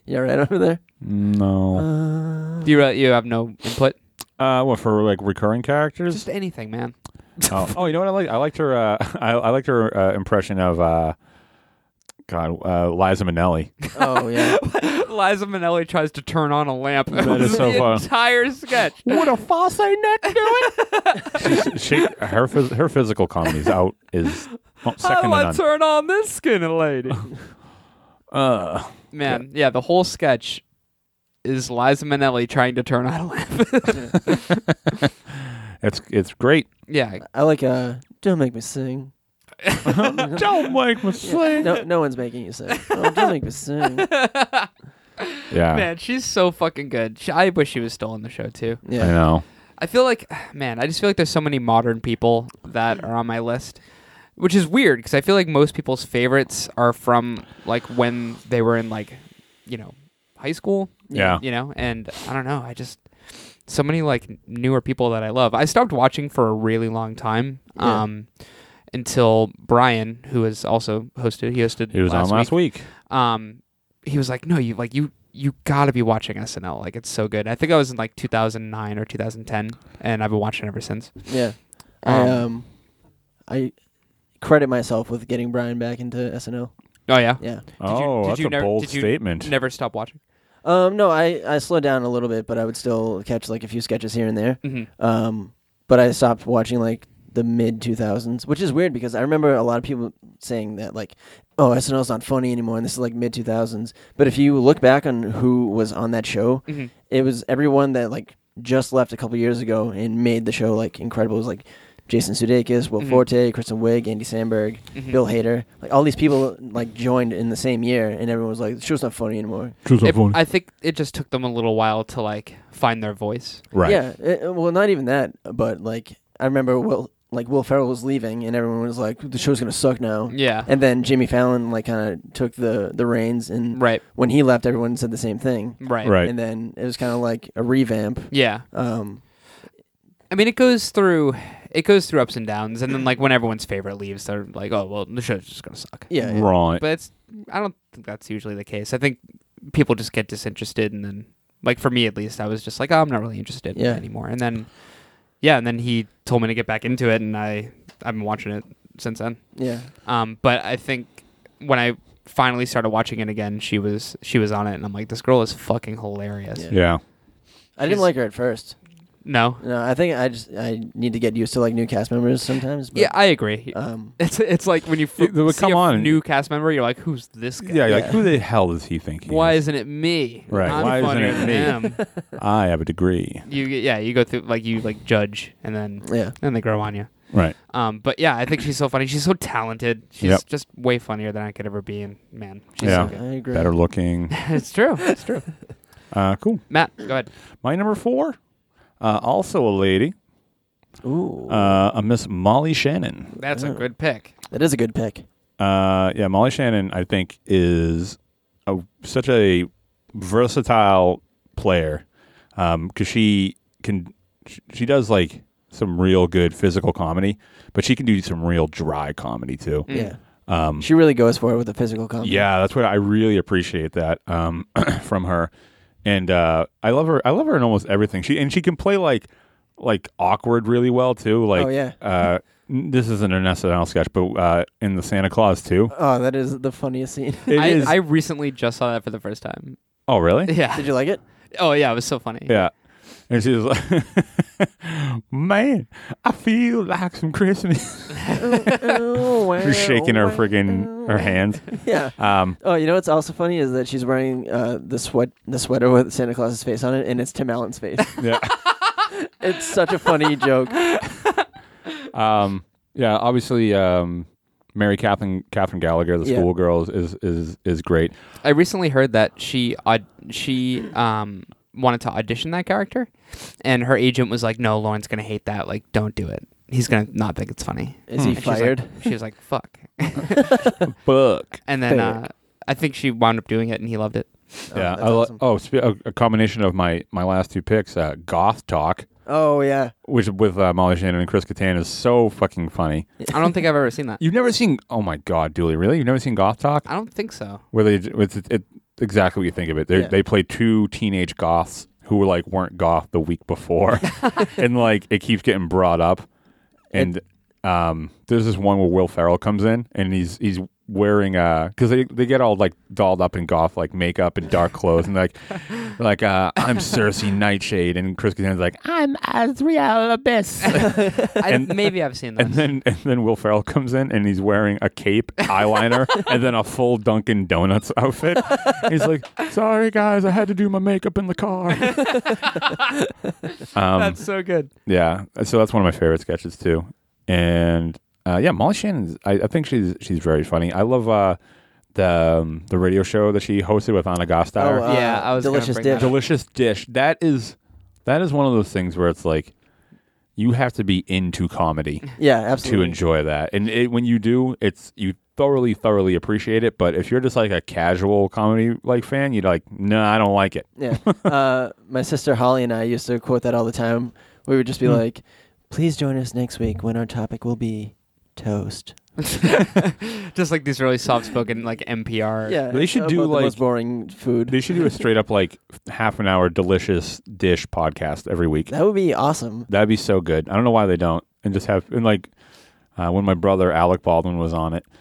S3: You all right over there?
S1: no.
S3: Uh,
S2: You re- you have no input.
S1: Uh, what for? Like recurring characters?
S2: Just anything, man.
S1: oh, oh, you know what I like? I liked her. Uh, I, I liked her uh, impression of uh, God uh, Liza Minnelli.
S3: oh yeah.
S2: Liza Minnelli tries to turn on a lamp.
S1: That is so
S2: the
S1: fun.
S2: entire sketch.
S1: What a false neck doing? She's, she, her phys- her physical comedy's out is well,
S2: How
S1: second
S2: do
S1: to
S2: I
S1: none.
S2: turn on this skinny lady?
S1: Uh,
S2: Man, yeah, the whole sketch is Liza Minnelli trying to turn on a lamp.
S1: it's it's great.
S2: yeah,
S3: I like uh don't make me sing.
S1: Don't make me sing.
S3: No no one's making you sing. Oh, don't make me sing.
S1: Yeah,
S2: man, she's so fucking good. She, I wish she was still on the show too.
S1: I
S3: Yeah.
S1: know.
S2: I feel like, man, I just feel like there's so many modern people that are on my list, which is weird because I feel like most people's favorites are from like when they were in like, you know, high school.
S1: Yeah.
S2: You know, and I don't know. I just so many like newer people that I love. I stopped watching for a really long time.
S3: Yeah.
S2: Um, until Brian, who is also hosted, he hosted.
S1: He was on last week.
S2: um, he was like, "No, you like you you gotta be watching SNL. Like it's so good." I think I was in like 2009 or 2010, and I've been watching it ever since.
S3: Yeah. I
S2: Um,
S3: um I credit myself with getting Brian back into SNL.
S2: Oh yeah, you-
S3: Yeah.
S1: Oh,
S2: did
S1: that's
S2: you
S1: a
S2: never-
S1: bold
S2: did you
S1: statement.
S2: never stop watching.
S3: Um no, I I slowed down a little bit, but I would still catch like a few sketches here and there.
S2: Mhm.
S3: Um but I stopped watching like the mid 2000s, which is weird because I remember a lot of people saying that like oh, SNL's not funny anymore and this is like mid 2000s. But if you look back on who was on that show,
S2: Mhm.
S3: it was everyone that like just left a couple years ago and made the show like incredible. It was like Jason Sudeikis, Will
S2: Mhm.
S3: Forte, Kristen Wiig, Andy Samberg,
S2: Mhm.
S3: Bill Hader. Like all these people like joined in the same year, and everyone was like, "The show's not funny anymore."
S2: It- I think it just took them a little while to like find their voice.
S1: right.
S3: Yeah. it- well, not even that, but like I remember Will like Will Ferrell was leaving, and everyone was like, "The show's gonna suck now."
S2: Yeah.
S3: And then Jimmy Fallon like kind of took the the reins, and
S2: right.
S3: when he left, everyone said the same thing.
S2: Right.
S1: Right.
S3: And then it was kind of like a revamp.
S2: Yeah.
S3: Um,
S2: I mean, it goes through. It goes through ups and downs, and then like when everyone's favorite leaves, they're like, "Oh well, the show's just gonna suck."
S3: yeah, yeah.
S1: Right.
S2: but it's I don't think that's usually the case. I think people just get disinterested, and then like for me at least, I was just like, oh, I'm not really interested
S3: Yeah.
S2: anymore. And then yeah, and then he told me to get back into it, and I I've been watching it since then.
S3: yeah.
S2: Um, but I think when I finally started watching it again, she was she was on it, and I'm like, this girl is fucking hilarious.
S3: Yeah.
S1: yeah.
S3: I didn't
S2: She's-
S3: like her at first.
S2: No,
S3: No, I think I just I need to get used to like new cast members sometimes. But,
S2: yeah, I agree.
S3: Um.
S2: it's it's like when you f-
S1: It- well,
S2: see
S1: come
S2: a
S1: on.
S2: new cast member, you're like, who's this guy?
S1: Yeah, like
S3: Yeah.
S1: who the hell does he think he
S2: Why
S1: is?
S2: isn't it me?
S1: Right,
S2: I'm
S1: why isn't
S2: funnier
S1: it
S2: than
S1: me?
S2: him.
S1: I have a degree.
S2: you yeah you go through like you like judge and then
S3: Yeah.
S2: then they grow on you
S1: Right.
S2: um but yeah i think she's so funny she's so talented she's
S1: Yep.
S2: just way funnier than i could ever be and man she's
S1: Yeah.
S2: so
S3: I agree.
S1: Better looking.
S2: good. it's true it's true
S1: Uh, cool.
S2: matt go ahead
S1: My number four, uh, also a lady,
S3: Ooh,
S1: uh, a Miss Molly Shannon.
S2: that's a good pick
S3: that is a good pick.
S1: Uh, yeah, Molly Shannon, I think, is a, such a versatile player because she can sh- she does like some real good physical comedy, but she can do some real dry comedy too.
S2: Mm.
S3: Yeah. Um. She really goes for it with the physical comedy.
S1: Yeah, that's what I really appreciate that um, from her, and uh, I love her. I love her in almost everything. She and she can play like like awkward really well too. Like,
S3: Oh, yeah.
S1: uh, n- this isn't an SNL sketch, but uh, in the Santa Claus too.
S3: Oh, that is the funniest scene.
S1: It is.
S2: I, I recently just saw that for the first time
S1: oh, really?
S2: yeah
S3: Did you like it?
S2: oh yeah it was so funny
S1: Yeah. And she's like, man, I feel like some Christmas.
S3: oh, wow.
S1: She's shaking her friggin' her hands.
S3: Yeah.
S1: Um,
S3: Oh, you know what's also funny is that she's wearing uh, the sweat the sweater with Santa Claus's face on it, and it's Tim Allen's face.
S1: yeah.
S3: it's such a funny joke.
S1: Um, yeah, obviously, um, Mary Catherine Catherine Gallagher, the
S3: Yeah.
S1: schoolgirl, is is is great.
S2: i recently heard that she aud- she um wanted to audition that character and her agent was like no lauren's gonna hate that like don't do it he's gonna not think it's funny
S3: Is he
S2: And she's like-
S3: fired?
S2: she was like fuck
S1: Book.
S2: And then
S3: Fair.
S2: uh, I think she wound up doing it, and he loved it.
S1: yeah.
S3: that's
S1: I lo-
S3: awesome.
S1: Oh, spe- a, a combination of my my last two picks, uh, Goth Talk,
S3: Oh yeah,
S1: which with uh, Molly Shannon and Chris Kattan is so fucking funny.
S2: I don't think I've ever seen that.
S1: You've never seen? Oh my God, Dooley, really? You've never seen Goth Talk?
S2: I don't think so.
S1: Where they it's it, it, exactly what you think of it. They
S3: Yeah.
S1: They play two teenage goths who were like weren't goth the week before, and like it keeps getting brought up. And um, there's this one where Will Ferrell comes in and he's he's wearing uh because they, they get all like dolled up in goth like makeup and dark clothes and like like uh I'm Cersei Nightshade and Chris Kattan's like
S4: I'm Azrael Abyss.
S2: I,
S1: And-
S2: maybe I've seen that.
S1: and then and then Will Ferrell comes in and he's wearing a cape, eyeliner, and then a full Dunkin' Donuts outfit. He's like, "Sorry guys, I had to do my makeup in the car." um,
S2: That's so good.
S1: yeah, so that's one of my favorite sketches too. And uh, yeah, Molly Shannon, I, I think she's she's very funny. I love uh, the um, the radio show that she hosted with Anna Gasteyer.
S3: Oh, uh,
S2: yeah, I was gonna
S3: delicious
S2: bring that
S3: dish.
S2: up.
S1: Delicious dish. That is that is one of those things where it's like you have to be into comedy
S3: yeah,
S1: to
S3: absolutely.
S1: enjoy that. And it, when you do, it's you thoroughly, thoroughly appreciate it. But if you're just like a casual comedy like fan, you're like, no, I don't like it.
S3: Yeah. Uh, my sister Holly and I used to quote that all the time. We would
S1: Hmm.
S3: just be like, please join us next week when our topic will be toast.
S2: Just like these really soft spoken like NPR.
S3: Yeah.
S1: They should
S3: about
S1: do,
S3: the
S1: like-
S3: most boring food.
S1: They should do a straight up like half an hour delicious dish podcast every week.
S3: That would be awesome.
S1: That'd be so good. I don't know why they don't. And just have and like uh, when my brother Alec Baldwin was on it,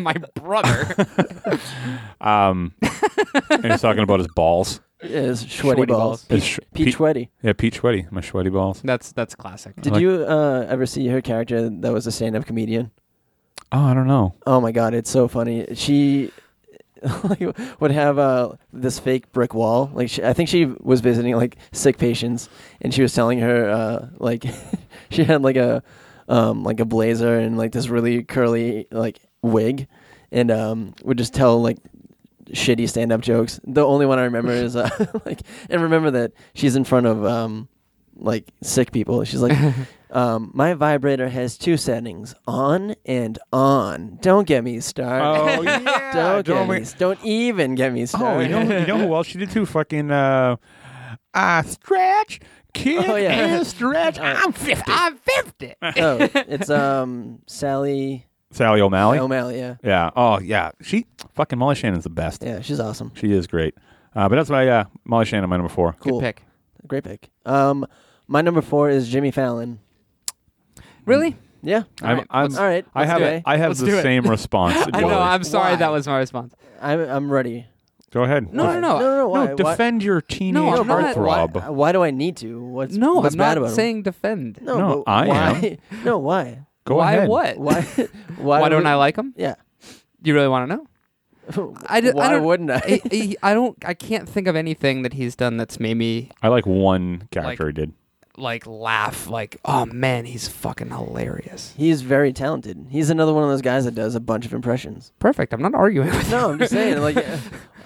S2: My brother.
S1: um, and he's talking about his balls.
S3: Yeah, it's sweaty
S2: Sweaty
S3: balls.
S2: balls.
S1: His sh-
S3: Peach
S1: pe-
S3: sweaty.
S1: yeah, peach sweaty. My sweaty balls.
S2: that's that's classic.
S3: Did
S1: like-
S3: you uh, ever see her character that was a stand-up comedian?
S1: Oh, I don't know.
S3: Oh my god, it's so funny. She like, would have uh, this fake brick wall. Like she, I think she was visiting like sick patients, and she was telling her uh, like she had like a um, like a blazer and like this really curly like wig, and um, would just tell like shitty stand-up jokes. The only one I remember is uh, like, and remember that she's in front of um, like sick people. She's like, um, my vibrator has two settings, on and on. Don't get me started.
S1: Oh yeah.
S3: don't get
S1: Don't
S3: me.
S1: we-
S3: Don't even get
S1: Oh,
S3: me
S1: you
S3: started.
S1: know, you know who else she did too? Fucking uh, uh stretch, kick,
S3: Oh, yeah.
S1: and stretch.
S4: I'm 50.
S2: I'm fifty.
S3: Oh, it's um Sally
S1: Sally O'Malley.
S3: O'Malley. Yeah,
S1: yeah. Oh, yeah. She fucking Molly Shannon's the best.
S3: yeah, she's awesome.
S1: She is great. Uh, but that's my uh, Molly Shannon, my number four.
S3: Cool,
S2: Pick.
S3: great pick. Um, my number four is Jimmy Fallon.
S2: Really?
S3: Yeah,
S1: I'm,
S2: right,
S1: I'm,
S3: all right.
S1: I have
S3: do
S1: a,
S3: it.
S1: I have
S2: Let's do
S1: the
S2: it.
S1: same response.
S2: I know.
S1: Joey.
S2: I'm sorry.
S3: Why?
S2: That was my response.
S3: I'm I'm ready.
S1: Go ahead.
S2: No,
S3: Why?
S2: no, no.
S3: no, no. Why?
S1: no,
S3: why-
S1: defend your teenage
S2: No, I'm not-
S1: heartthrob.
S3: Why, why do I need to? What's
S2: No,
S3: what's
S2: I'm
S3: bad
S2: not
S3: about him?
S2: saying defend.
S3: No,
S1: No,
S3: but
S1: I
S3: why? no, why?
S1: Go
S2: Why
S1: ahead.
S2: what?
S3: Why?
S2: Why,
S3: would-
S2: don't I like him?
S3: Yeah.
S2: You really want to know? I d- I
S3: why
S2: don't-
S3: wouldn't I?
S2: I, I- I don't. I can't think of anything that he's done that's made me
S1: I like one character
S2: Like-
S1: he did.
S2: like laugh. Like, oh man, he's fucking hilarious.
S3: He's very talented. He's another one of those guys that does a bunch of impressions.
S2: Perfect. I'm not arguing with
S3: No, I'm just saying. Like, uh,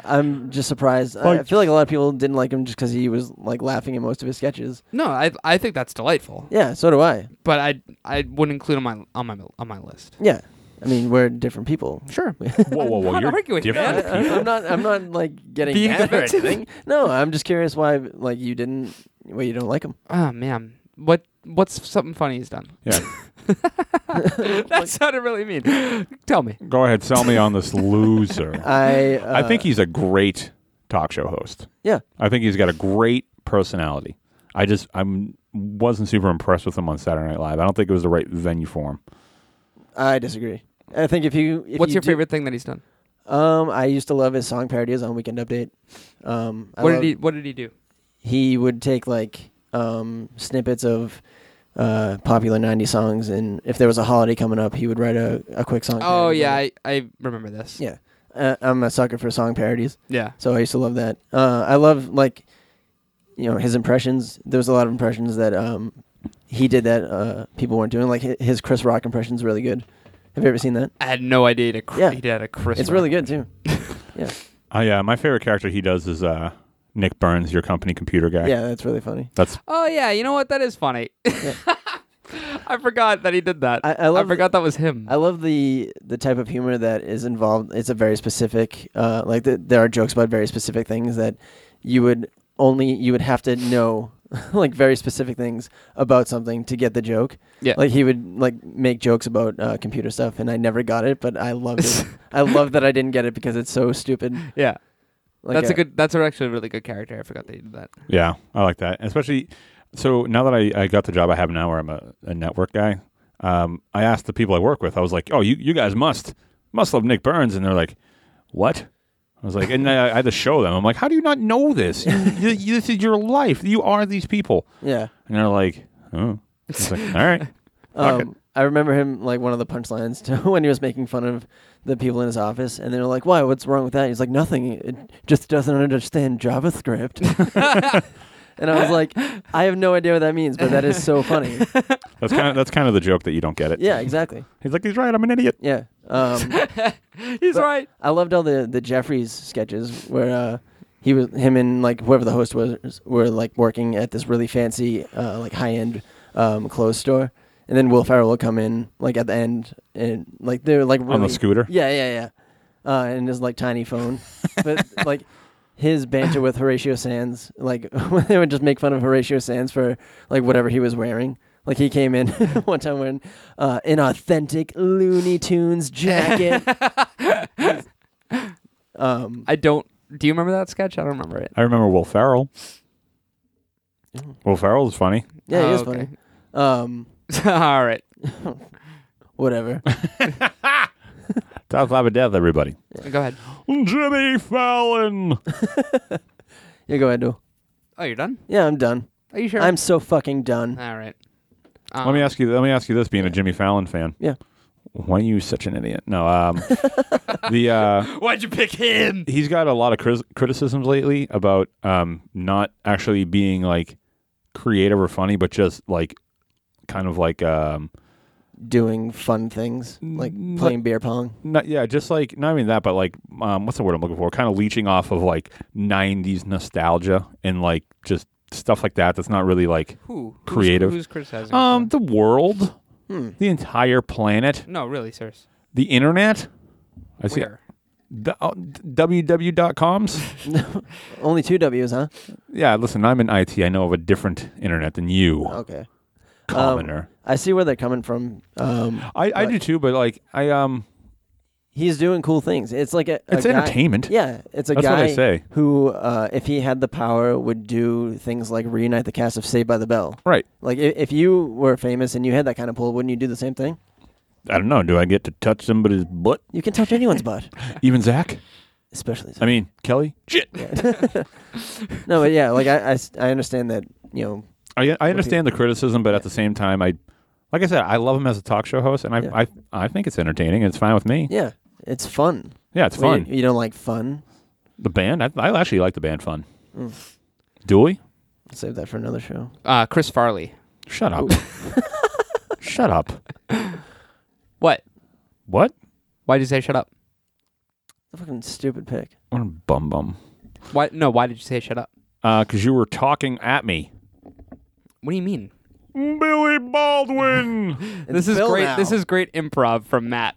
S3: I'm just surprised. I- I
S1: Like-
S3: feel like a lot of people didn't like him just because he was like laughing in most of his sketches.
S2: No, I I think that's delightful.
S3: Yeah, so do I.
S2: But I I wouldn't include him on my on my on my list.
S3: Yeah, I mean we're different people.
S2: Sure.
S1: Whoa, whoa, whoa!
S2: not
S1: You're
S2: arguing,
S1: different.
S2: man.
S1: people.
S3: I'm not. I'm not like getting
S2: Being
S3: mad or
S2: defensive.
S3: anything. No, I'm just curious why like you didn't. Why you don't like him?
S2: Oh man, what what's something funny he's done?
S1: Yeah.
S2: That sounded really mean. Tell me.
S1: Go ahead. Sell me on this loser.
S3: I. Uh,
S1: I think he's a great talk show host.
S3: Yeah.
S1: I think he's got a great personality. I just I'm wasn't super impressed with him on Saturday Night Live. I don't think it was the right venue for him.
S3: I disagree. I think if you. If
S2: What's
S3: you
S2: your
S3: do-
S2: favorite thing that he's done?
S3: Um, I used to love his song parodies on Weekend Update. Um, I
S2: what
S3: love-
S2: did he What did he do?
S3: he would take like um, snippets of uh, popular 90 songs and if there was a holiday coming up he would write a, a quick song
S2: Oh
S3: parody
S2: yeah,
S3: about it.
S2: I, I remember this.
S3: yeah uh, i'm a sucker for song parodies
S2: Yeah.
S3: so i used to love that uh, i love like you know his impressions there was a lot of impressions that um, he did that uh, people weren't doing like hi- his chris rock impression's really good have you ever seen that
S2: I had no idea to cr-
S3: Yeah.
S2: he did a Chris.
S3: it's
S2: Rock.
S3: really good too
S1: Oh yeah, my favorite character he does is uh Nick Burns, your company computer guy.
S3: yeah that's really funny
S1: That's
S2: Oh yeah, you know what? That is funny. I forgot that he did that.
S3: I- I love-
S2: forgot that was him.
S3: I love the the type of humor that is involved. It's a very specific, uh, like the, there are jokes about very specific things that you would only you would have to know, like very specific things about something to get the joke.
S2: Yeah.
S3: Like he would like make jokes about uh, computer stuff, and I never got it, but I loved it. I love that I didn't get it because it's so stupid.
S2: yeah,
S3: Like, uh,
S2: that's
S3: I-
S2: a good. That's actually a really good character. I forgot that he did that.
S1: Yeah, I like that. Especially so now that I, I got the job I have now where I'm a, a network guy, um, I asked the people I work with, I was like, Oh, you, you guys must must love Nick Burns and they're like, What? I was like, and I, I had to show them. I'm like, how do you not know this? You, you- you- this is your life. You are these people.
S3: Yeah.
S1: And they're like, oh. I was like, all right. Fuck it.
S3: Um, I remember him like one of the punchlines to when he was making fun of the people in his office, and they were like, "Why? What's wrong with that?" He's like, "Nothing. It just doesn't understand JavaScript." and I was like, "I have no idea what that means, but that is so funny."
S1: That's kind of that's kind of the joke that you don't get it.
S3: yeah, exactly.
S1: He's like, he's right. I'm an idiot.
S3: Yeah. Um,
S2: He's
S3: But-
S2: right.
S3: I loved all the the Jeffries sketches where uh, he was him and like whoever the host was were like working at this really fancy uh, like high end um, clothes store, and then Will Ferrell will come in like at the end and like they're like really,
S1: On the scooter.
S3: Yeah, yeah, yeah, uh, and his like tiny phone, but like. His banter with Horatio Sands, like when they would just make fun of Horatio Sands for like whatever he was wearing. Like he came in one time wearing uh, an authentic Looney Tunes jacket. um,
S2: I don't. Do you remember that sketch? I don't remember it.
S1: I remember Will Farrell. Will Farrell is funny.
S3: Yeah,
S2: Oh,
S3: it is
S2: okay.
S3: funny. Um,
S2: All right.
S3: whatever.
S1: Top five of death, everybody.
S2: Go ahead.
S1: Jimmy Fallon.
S3: you go ahead, Duel.
S2: Oh, you're done.
S3: Yeah, I'm done.
S2: Are you sure?
S3: I'm so fucking done.
S2: All right. Um,
S1: Let me ask you. Let me ask you this: being a Jimmy Fallon fan,
S3: Yeah.
S1: why are you such an idiot? No, um, the uh,
S2: Why'd you pick him?
S1: he's got a lot of cris- criticisms lately about um, not actually being like creative or funny, but just like kind of like um,
S3: Doing fun things like
S1: Mm,
S3: playing beer pong.
S1: not, yeah, just like not even that, but like um, what's the word I'm looking for? Kind of leeching off of like '90s nostalgia and like just stuff like that. That's not really like
S2: Who? Who's-
S1: Creative.
S2: Who's criticizing?
S1: um,
S2: Um.
S1: the world,
S3: Hmm.
S1: the entire planet,
S2: No, really, serious.
S1: the internet. I see.
S2: Where?
S1: The, uh, www.coms.
S3: Only two W's, huh?
S1: yeah, listen, I'm in IT. I know of a different internet than you,
S3: Okay. Um,
S1: commoner.
S3: I see where they're coming from. Um,
S1: I, I do too, but like I um,
S3: he's doing cool things. It's like a, a
S1: it's
S3: guy-
S1: entertainment.
S3: Yeah, it's a
S1: That's
S3: guy
S1: what they say.
S3: who, uh, if he had the power, would do things like reunite the cast of Saved by the Bell.
S1: Right.
S3: Like if, if you were famous and you had that kind of pull, wouldn't you do the same thing?
S1: I don't know. Do I get to touch somebody's butt?
S3: You can touch anyone's butt,
S1: Even Zach?
S3: especially.
S1: I mean, Kelly? Shit.
S3: No, but yeah, like I, I s- I understand that you know
S1: I I understand the criticism, but at the same time, I like I said, I love him as a talk show host, and I
S3: Yeah.
S1: I, I think it's entertaining. and It's fine with me.
S3: Yeah, it's fun.
S1: Yeah, it's
S3: Well,
S1: fun.
S3: You, you don't like fun?
S1: the band, I, I actually like the band. Fun.
S3: Mm.
S1: Dewey,
S3: Save that for another show.
S2: Uh, Chris Farley.
S1: shut up. shut up.
S2: What?
S1: What?
S2: Why'd you say shut up?
S3: Fucking stupid pick.
S1: What a bum bum.
S2: Why? No. Why did you say shut up?
S1: because you were talking at me.
S2: What do you mean?
S1: Billy Baldwin.
S2: this is
S3: Bill
S2: great.
S3: now.
S2: This is great improv from Matt.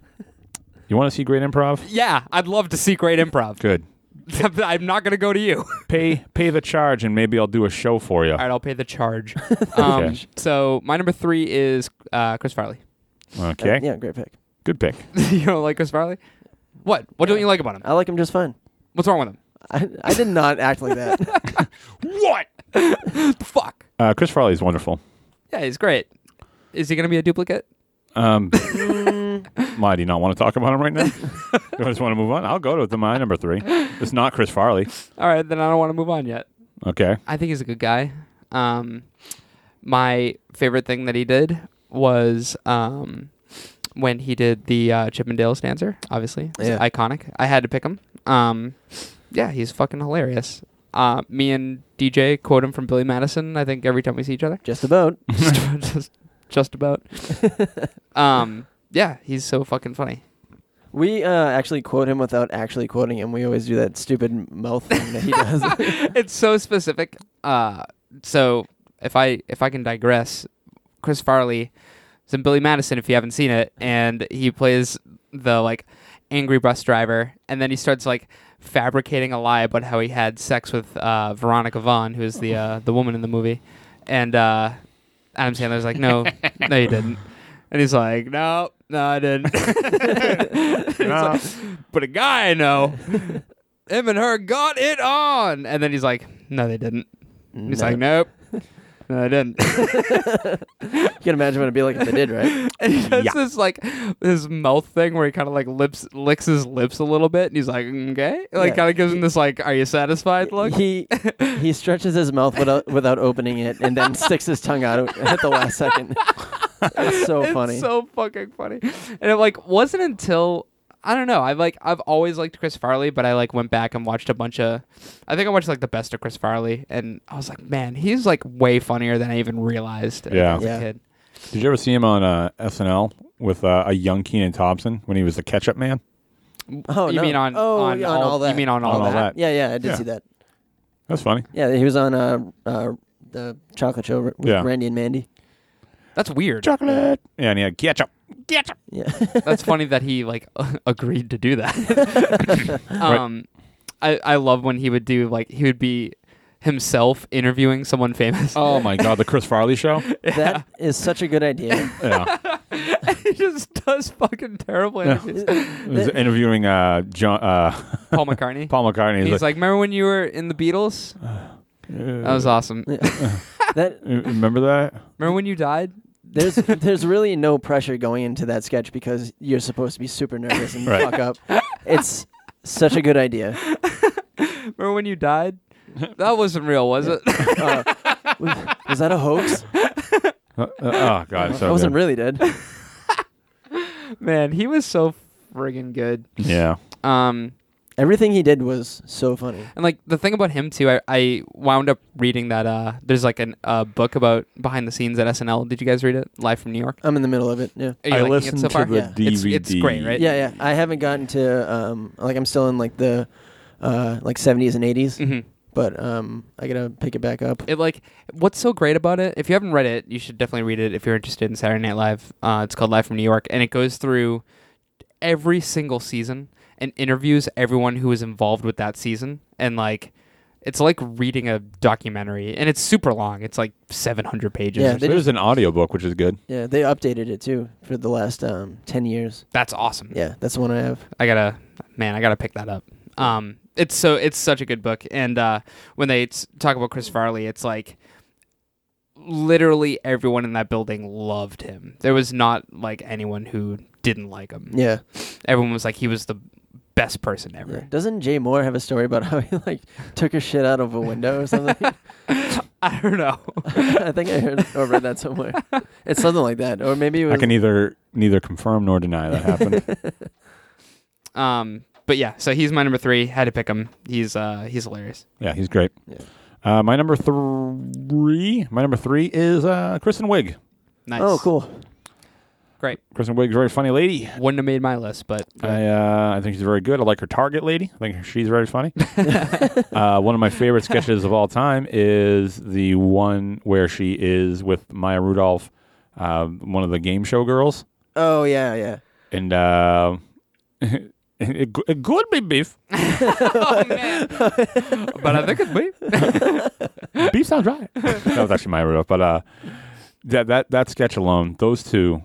S1: you want to see great improv?
S2: Yeah, I'd love to see great improv.
S1: Good.
S2: I'm not gonna go to you.
S1: Pay pay the charge, and maybe I'll do a show for you.
S2: All right, I'll pay the charge. Um,
S1: Okay.
S2: So my number three is uh, Chris Farley.
S1: Okay.
S3: Uh, Yeah, great pick.
S1: Good pick.
S2: you don't like Chris Farley? What? What don't you like about him?
S3: I like him just fine.
S2: What's wrong with him?
S3: I, I did not act like that.
S2: What? Fuck.
S1: Uh, Chris Farley is wonderful.
S2: Yeah, he's great. Is he gonna be a duplicate?
S1: Um, why do you not want to talk about him right now? you just want to move on? I'll go to the, my number three. It's not Chris Farley.
S2: All right, then I don't want to move on yet.
S1: Okay.
S2: I think he's a good guy. Um, my favorite thing that he did was um, when he did the uh, Chip and Dale's dancer. Obviously, It's
S3: Yeah.
S2: iconic. I had to pick him. Um, yeah, he's fucking hilarious. Uh, me and DJ quote him from Billy Madison. I think every time we see each other,
S3: just about.
S2: just, just, just about. um, yeah, he's so fucking funny.
S3: We uh, actually quote him without actually quoting him. We always do that stupid mouth thing that he does.
S2: it's so specific. Uh, so if I if I can digress, Chris Farley. It's in Billy Madison if you haven't seen it, and he plays the like angry bus driver, and then he starts like fabricating a lie about how he had sex with uh, Veronica Vaughn, who's the uh, the woman in the movie, and uh, Adam Sandler's like, no, no, you didn't, and he's like, no, no, I didn't. It's like, but a guy I know, him and her got it on, and then he's like, no, they didn't. He's
S3: No.
S2: like, nope. No, I didn't.
S3: You can imagine what it'd be like if they did, right?
S2: And he does
S1: Yeah.
S2: this like this mouth thing where he kind of like lips licks his lips a little bit, and he's like, "Okay," like
S3: Yeah.
S2: kind of gives him this like, "Are you satisfied?" look.
S3: He he stretches his mouth without without opening it, and then sticks his tongue out at the last second. It's so
S2: it's
S3: funny.
S2: so fucking funny. And it like wasn't until I don't know. I like I've always liked Chris Farley, but I like went back and watched a bunch of. I think I watched like the best of Chris Farley, and I was like, man, he's like way funnier than I even realized. when I was a
S3: Yeah. Yeah.
S2: kid.
S1: Did you ever see him on uh, SNL with uh, a young Keenan Thompson when he was the ketchup man?
S3: oh,
S2: you
S3: no.
S2: mean on-
S3: oh,
S2: on
S3: yeah,
S2: all-
S3: all
S2: you
S3: that?
S2: mean on all
S1: On all that. that.
S3: Yeah, yeah, I did
S1: Yeah.
S3: see that.
S1: That's funny.
S3: Yeah, he was on uh, uh the Chocolate Show with
S1: Yeah.
S3: Randy and Mandy.
S2: That's weird.
S1: Chocolate. Yeah, and he had ketchup. Ketchup.
S3: Yeah,
S2: That's funny that he like agreed to do that. um, I I love when he would do like he would be himself interviewing someone famous.
S1: Oh my God, the Chris Farley show.
S3: that is such a good idea.
S1: Yeah,
S2: he just does fucking terrible interviews.
S1: he was interviewing uh, John, uh,
S2: Paul McCartney.
S1: Paul McCartney.
S2: He's
S1: He's,
S2: like, remember when you were in the Beatles?
S1: like,
S2: That was awesome.
S3: that
S1: "Uh, remember that?
S2: Remember when you died?
S3: there's there's really no pressure going into that sketch because you're supposed to be super nervous and
S1: Right.
S3: fuck up. It's such a good idea.
S2: Remember when you died? That wasn't real, was it?
S3: Uh, was, was that a hoax?
S1: Uh, uh, oh God, it's so
S3: I wasn't
S1: good.
S3: really dead.
S2: Man, he was so friggin' good.
S1: Yeah,
S2: Um,
S3: Everything he did was so funny.
S2: And like the thing about him too, I, I wound up reading that uh there's like a uh, book about behind the scenes at SNL. Did you guys read it? Live from New York.
S3: I'm in the middle of it. Yeah.
S2: Are you
S1: I
S2: liking it
S1: listened
S2: so
S1: to
S2: far?
S1: the
S3: Yeah.
S1: DVD.
S2: It's- it's great, right?
S3: Yeah, yeah. I haven't gotten to um like I'm still in like the uh like 70s and 80s,
S1: Mm-hmm.
S2: Mhm.
S3: but um I got to pick it back up.
S2: It like what's so great about it? If you haven't read it, you should definitely read it if you're interested in Saturday Night Live. Uh, it's called Live from New York, and it goes through every single season and interviews everyone who was involved with that season, and like it's like reading a documentary, and it's super long. It's like 700 pages.
S3: Yeah,
S2: or
S3: they
S1: There's an audiobook which is good.
S3: Yeah, they updated it too for the last um 10 years.
S2: That's
S1: Mm.
S2: awesome.
S3: Yeah, that's the one I have.
S2: I gotta, man, I gotta pick that up. Um, it's so it's such a good book, and uh, when they t- talk about Chris Farley, it's like literally everyone in that building loved him. There was not like anyone who didn't like him.
S3: Yeah.
S2: Everyone was like he was the best person ever.
S3: Yeah. Doesn't Jay Moore have a story about how he like took his shit out of a window or something?
S2: I don't know.
S3: I think I heard or read that somewhere. It's something like that, or maybe it was.
S1: I can neither neither confirm nor deny that happened.
S2: um, but yeah, so he's my number three. Had to pick him. He's uh, he's hilarious.
S1: yeah, he's great.
S3: Yeah.
S1: Uh, my number three, my number three is uh, Kristen Wiig.
S2: Nice.
S3: oh, cool.
S2: Great.
S1: Kristen Wiig's a very funny lady.
S2: Wouldn't have made my list, but
S1: I uh, I think she's very good. I like her Target lady. I think she's very funny. uh, one of my favorite sketches of all time is the one where she is with Maya Rudolph, uh, one of the game show girls,
S3: Oh yeah, yeah.
S1: and uh, it, g- it could be beef.
S2: oh man. but I think it's me.
S1: beef sounds right. that was actually Maya Rudolph, but uh, that that that sketch alone, those two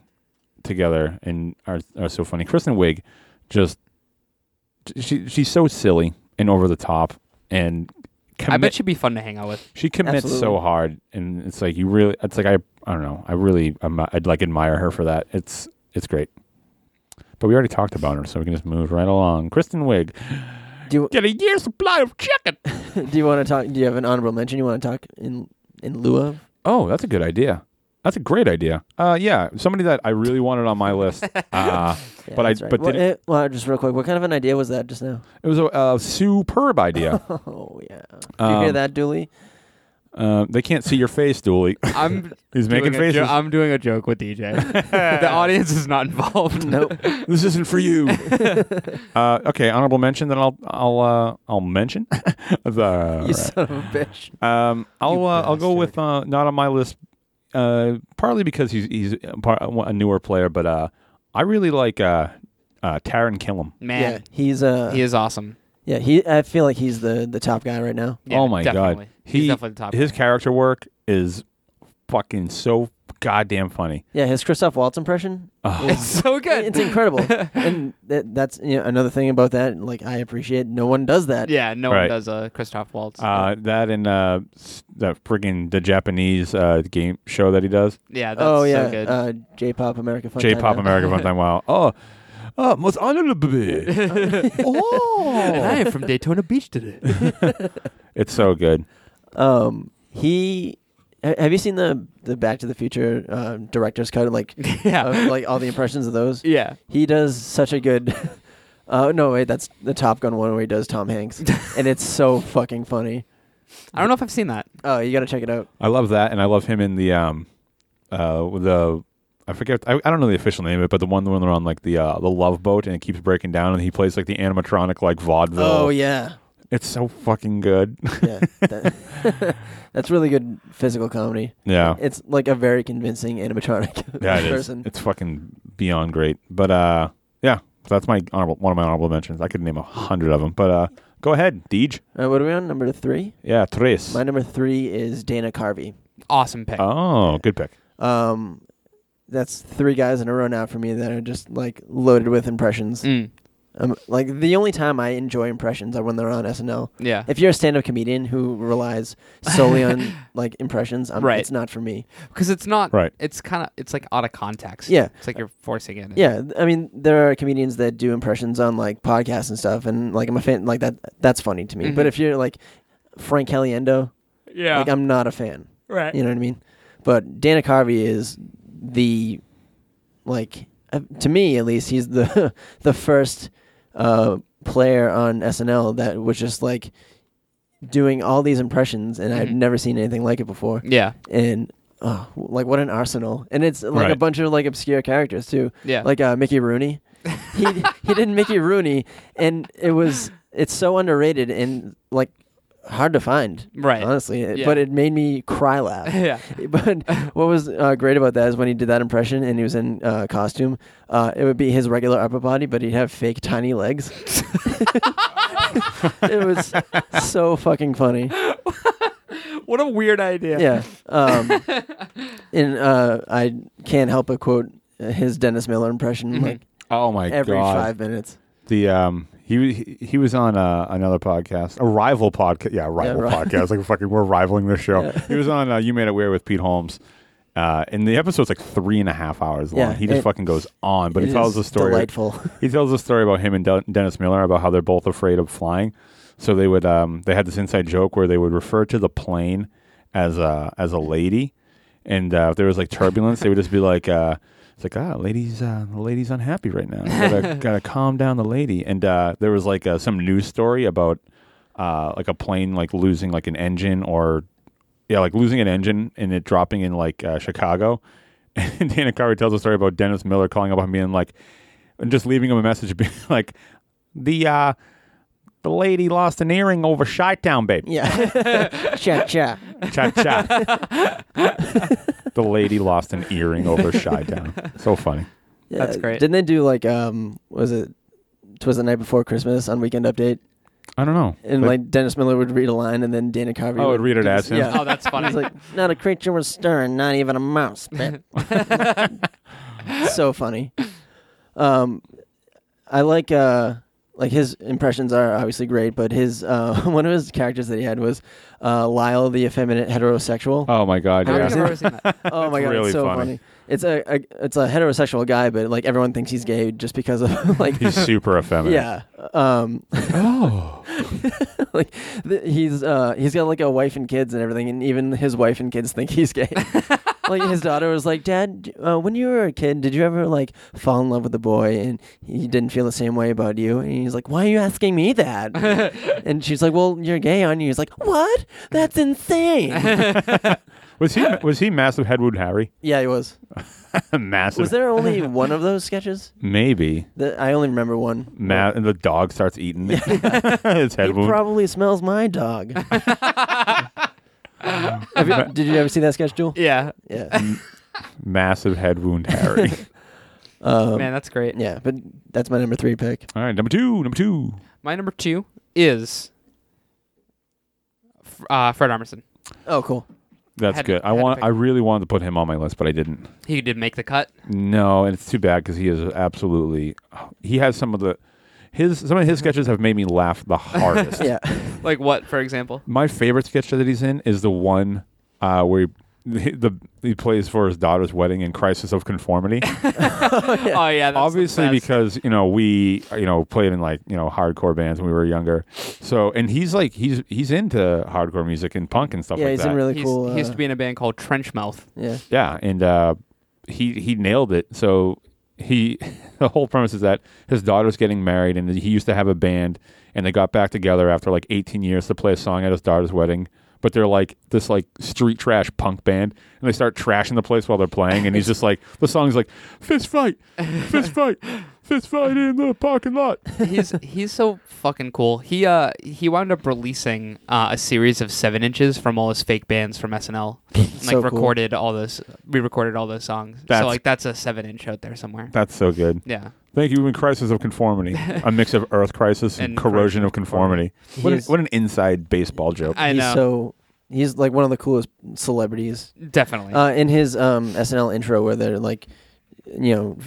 S1: together, and are are so funny. Kristen Wiig, just she she's so silly and over the top, and
S2: I
S1: commit-
S2: bet she'd be fun to hang out with.
S1: She commits so
S3: Absolutely.
S1: hard, and it's like you really. It's like I. I don't know. I really. I'm, I'd like admire her for that. It's it's great. But we already talked about her, so we can just move right along. Kristen Wiig,
S3: Do
S1: get a year's supply of chicken.
S3: do you want to talk? Do you have an honorable mention you want to talk in in lieu of?
S1: Oh, that's a good idea. That's a great idea. Uh, yeah, somebody that I really wanted on my list. Uh,
S3: Yeah,
S1: But I-
S3: that's right.
S1: but
S3: What-
S1: did
S3: eh, well, just real quick, what kind of an idea was that just now?
S1: it was a, a superb idea.
S3: Oh yeah. Do you
S1: Um,
S3: hear that, Dooley?
S1: Um, they can't see your face, Dooley.
S2: I'm
S1: He's
S2: doing
S1: making
S2: a jo-
S1: faces.
S2: I'm doing a joke with DJ. the audience is not involved.
S3: Nope.
S1: this isn't for you. uh, okay, honorable mention. Then I'll I'll uh, I'll mention the.
S3: you son of a bitch.
S1: Um, I'll uh, I'll go
S2: bastard.
S1: with uh, not on my list. uh, partly because he's he's a par- a newer player, but uh, I really like uh, uh, Taron Killam.
S3: Yeah,
S2: Man,
S3: he's uh,
S2: he is awesome.
S3: yeah, he. I feel like he's the the top guy right now.
S2: Yeah,
S1: oh my
S2: definitely.
S1: god,
S2: he's
S1: he
S2: definitely the top.
S1: his
S2: guy.
S1: character work is fucking so goddamn funny.
S3: Yeah, his Christoph Waltz impression.
S1: Oh.
S3: is-
S2: it's so good.
S3: It's incredible, and that, that's you know, another thing about that. Like I appreciate, no one does that.
S2: yeah, no
S1: Right.
S2: one does uh, Christoph Waltz.
S1: Uh, that and uh, s- that friggin' the Japanese uh, game show that he does,
S2: yeah, that's
S3: oh
S2: so
S3: yeah,
S2: good.
S3: uh, J-pop America Fun. Time
S1: J-pop
S3: now.
S1: America Fun Time. Wow. Oh, oh, most honorable.
S2: And
S1: oh,
S2: I am from Daytona Beach today.
S1: it's so good.
S3: Um, he. ha- Have you seen the the Back to the Future uh, director's cut? Like,
S2: Yeah.
S3: of, Oh, like all the impressions of those.
S2: yeah.
S3: He does such a good. Oh no! Wait, that's the Top Gun one where he does Tom Hanks, and it's so fucking funny.
S2: I don't know if I've seen that.
S3: Oh, you gotta check it out.
S1: I love that, and I love him in the um, uh, the I forget. I, I don't know the official name of it, but the one when they're on like the uh, the love boat and it keeps breaking down, and he plays like the animatronic like vaudeville.
S3: Oh yeah,
S1: it's so fucking good.
S3: yeah. that- that's really good physical comedy.
S1: yeah,
S3: It's like a very convincing animatronic
S1: yeah, it is.
S3: person.
S1: It's fucking beyond great. But uh, yeah, so that's my honorable one of my honorable mentions. I could name a hundred of them, but uh, go ahead, Deej.
S3: Uh, what are we on? Number three.
S1: Yeah, tres.
S3: My number three is Dana Carvey.
S2: Awesome pick.
S1: Oh, good pick.
S3: Um, that's three guys in a row now for me that are just like loaded with impressions.
S2: Mm,
S3: Um, like the only time I enjoy impressions are when they're on SNL.
S2: yeah.
S3: If you're a stand-up comedian who relies solely on like impressions, i
S2: Right.
S3: it's not for me.
S2: Because it's not.
S1: Right.
S2: It's kind of. It's like out of context.
S3: Yeah.
S2: It's like you're forcing it.
S3: Yeah, th- I mean there are comedians that do impressions on like podcasts and stuff, and like I'm a fan. Like that, that's funny to me.
S2: Mhm.
S3: But if you're like Frank Caliendo,
S2: Yeah.
S3: like I'm not a fan.
S2: right.
S3: You know what I mean? But Dana Carvey is the like uh, to me at least he's the the first uh, player on SNL that was just like doing all these impressions, and I've
S2: Mhm.
S3: never seen anything like it before.
S2: Yeah.
S3: And oh, like what an arsenal! And it's like a
S1: Right.
S3: bunch of like obscure characters too,
S2: Yeah.
S3: like uh, Mickey Rooney. he he did Mickey Rooney, and it was it's so underrated and like hard to find
S2: Right.
S3: honestly. It-
S2: Yeah.
S3: But it made me cry laugh.
S2: yeah.
S3: But what was uh, great about that is when he did that impression and he was in uh, costume, uh, it would be his regular upper body, but he'd have fake tiny legs. it was so fucking funny.
S2: What a weird idea.
S3: Yeah. Um, and uh, I can't help but quote uh, his Dennis Miller impression
S2: Mm-hmm.
S3: like
S1: Oh my
S3: every
S1: god.
S3: five minutes.
S1: the um he he- he was on uh, another podcast, a rival podcast. Yeah, a rival
S3: right.
S1: podcast. Like fucking, we're rivaling this show. He was on uh, You Made It Weird with Pete Holmes. Uh, and the episode's like three and a half hours long.
S3: Yeah,
S1: he just
S3: it-
S1: fucking goes on, but
S3: it
S1: he tells
S3: is
S1: the story.
S3: Delightful.
S1: He tells a story about him and Den- Dennis Miller about how they're both afraid of flying. So they would um, they had this inside joke where they would refer to the plane as a as a lady, and uh, if there was like turbulence, they would just be like, uh, "It's like ah, ladies, uh, the lady's unhappy right now. Gotta, gotta calm down the lady." And uh, there was like uh, some news story about uh, like a plane like losing like an engine or yeah, like losing an engine and it dropping in like uh, Chicago. And Dana Carvey tells a story about Dennis Miller calling up on me and like and just leaving him a message being like the uh the lady lost an earring over Chi Town, babe.
S3: yeah. cha cha.
S1: Cha cha. the lady lost an earring over Chi Town. So funny.
S3: Yeah,
S2: That's great.
S3: Didn't they do like um was it Twas the Night Before Christmas on Weekend Update?
S1: I don't know.
S3: And
S1: But-
S3: like Dennis Miller would read a line and then Dana Carvey
S1: I would read it
S3: do
S1: as
S3: this-
S1: him.
S3: Yeah.
S2: Oh, that's funny.
S3: He's like, not a creature was stirring, not even a mouse. But. so funny. Um, I like uh, like his impressions are obviously great, but his uh, one of his characters that he had was uh, Lyle, the effeminate heterosexual.
S1: oh my god,
S2: I don't
S1: yeah.
S2: think I've ever seen that.
S3: Oh my
S1: It's
S3: god,
S1: really
S3: it's so
S1: funny.
S3: funny. It's a, a it's a heterosexual guy, but like everyone thinks he's gay just because of like
S1: He's super effeminate.
S3: yeah. Um,
S1: Oh.
S3: like th- he's uh he's got like a wife and kids and everything, and even his wife and kids think he's gay. like his daughter was like, "Dad, d- uh, when you were a kid, did you ever like fall in love with a boy and he didn't feel the same way about you?" And he's like, "Why are you asking me that?" and she's like, "Well, you're gay, aren't you?" He's like, "What? That's insane."
S1: Was he was he massive Headwood Harry?
S3: yeah, he was.
S1: massive.
S3: Was there only one of those sketches?
S1: Maybe.
S3: The, I only remember one.
S1: Ma- and the dog starts eating his head
S3: He
S1: wound.
S3: probably smells my dog. Have you- did you ever see that sketch, Jewel?
S2: Yeah,
S3: Yeah,
S1: Massive head wound, Harry.
S2: man, that's great.
S3: Um, yeah. But that's my number three pick.
S1: All right, number two, number two.
S2: My number two is F- uh, Fred Armisen.
S3: Oh, cool.
S1: That's
S2: Had to-
S1: good. I
S2: had to
S1: want.
S2: pick.
S1: I really wanted to put him on my list, but I didn't.
S2: He did make the cut.
S1: No, and it's too bad because he is absolutely. He has some of the his some of his sketches have made me laugh the hardest.
S3: Yeah,
S2: Like what, for example?
S1: My favorite sketch that he's in is the one uh, where he, the he plays for his daughter's wedding in Crisis of Conformity.
S2: Oh yeah, that's
S1: Obviously,
S2: the best.
S1: because you know we you know played in like you know hardcore bands when we were younger. So and he's like he's he's into hardcore music and punk and stuff
S3: yeah.
S1: like
S3: He's
S1: that.
S3: in really
S2: He's-
S3: cool.
S2: he used
S3: uh,
S2: to be in a band called Trenchmouth.
S3: yeah.
S1: Yeah, and uh, he he nailed it. So he the whole premise is that his daughter's getting married, and he used to have a band, and they got back together after like 18 years to play a song at his daughter's wedding. But they're like this like street trash punk band, and they start trashing the place while they're playing. And he's just like the song's like fist fight, fist fight, fist fight in the parking lot.
S2: he's he's so fucking cool. He uh he wound up releasing uh, a series of seven inches from all his fake bands from SNL. And,
S3: So cool.
S2: like recorded all those, we recorded all those songs.
S1: That's-
S2: so like that's a seven inch out there somewhere.
S1: That's so good.
S2: Yeah,
S1: Thank you. In Crisis of Conformity, a mix of Earth Crisis and,
S2: And
S1: Corrosion of Conformity. What, an-
S3: He's-
S1: what an inside baseball joke.
S2: I
S3: he's
S2: know.
S3: So he's like one of the coolest celebrities.
S2: Definitely.
S3: Uh, in his um, SNL intro, where they're like, you know,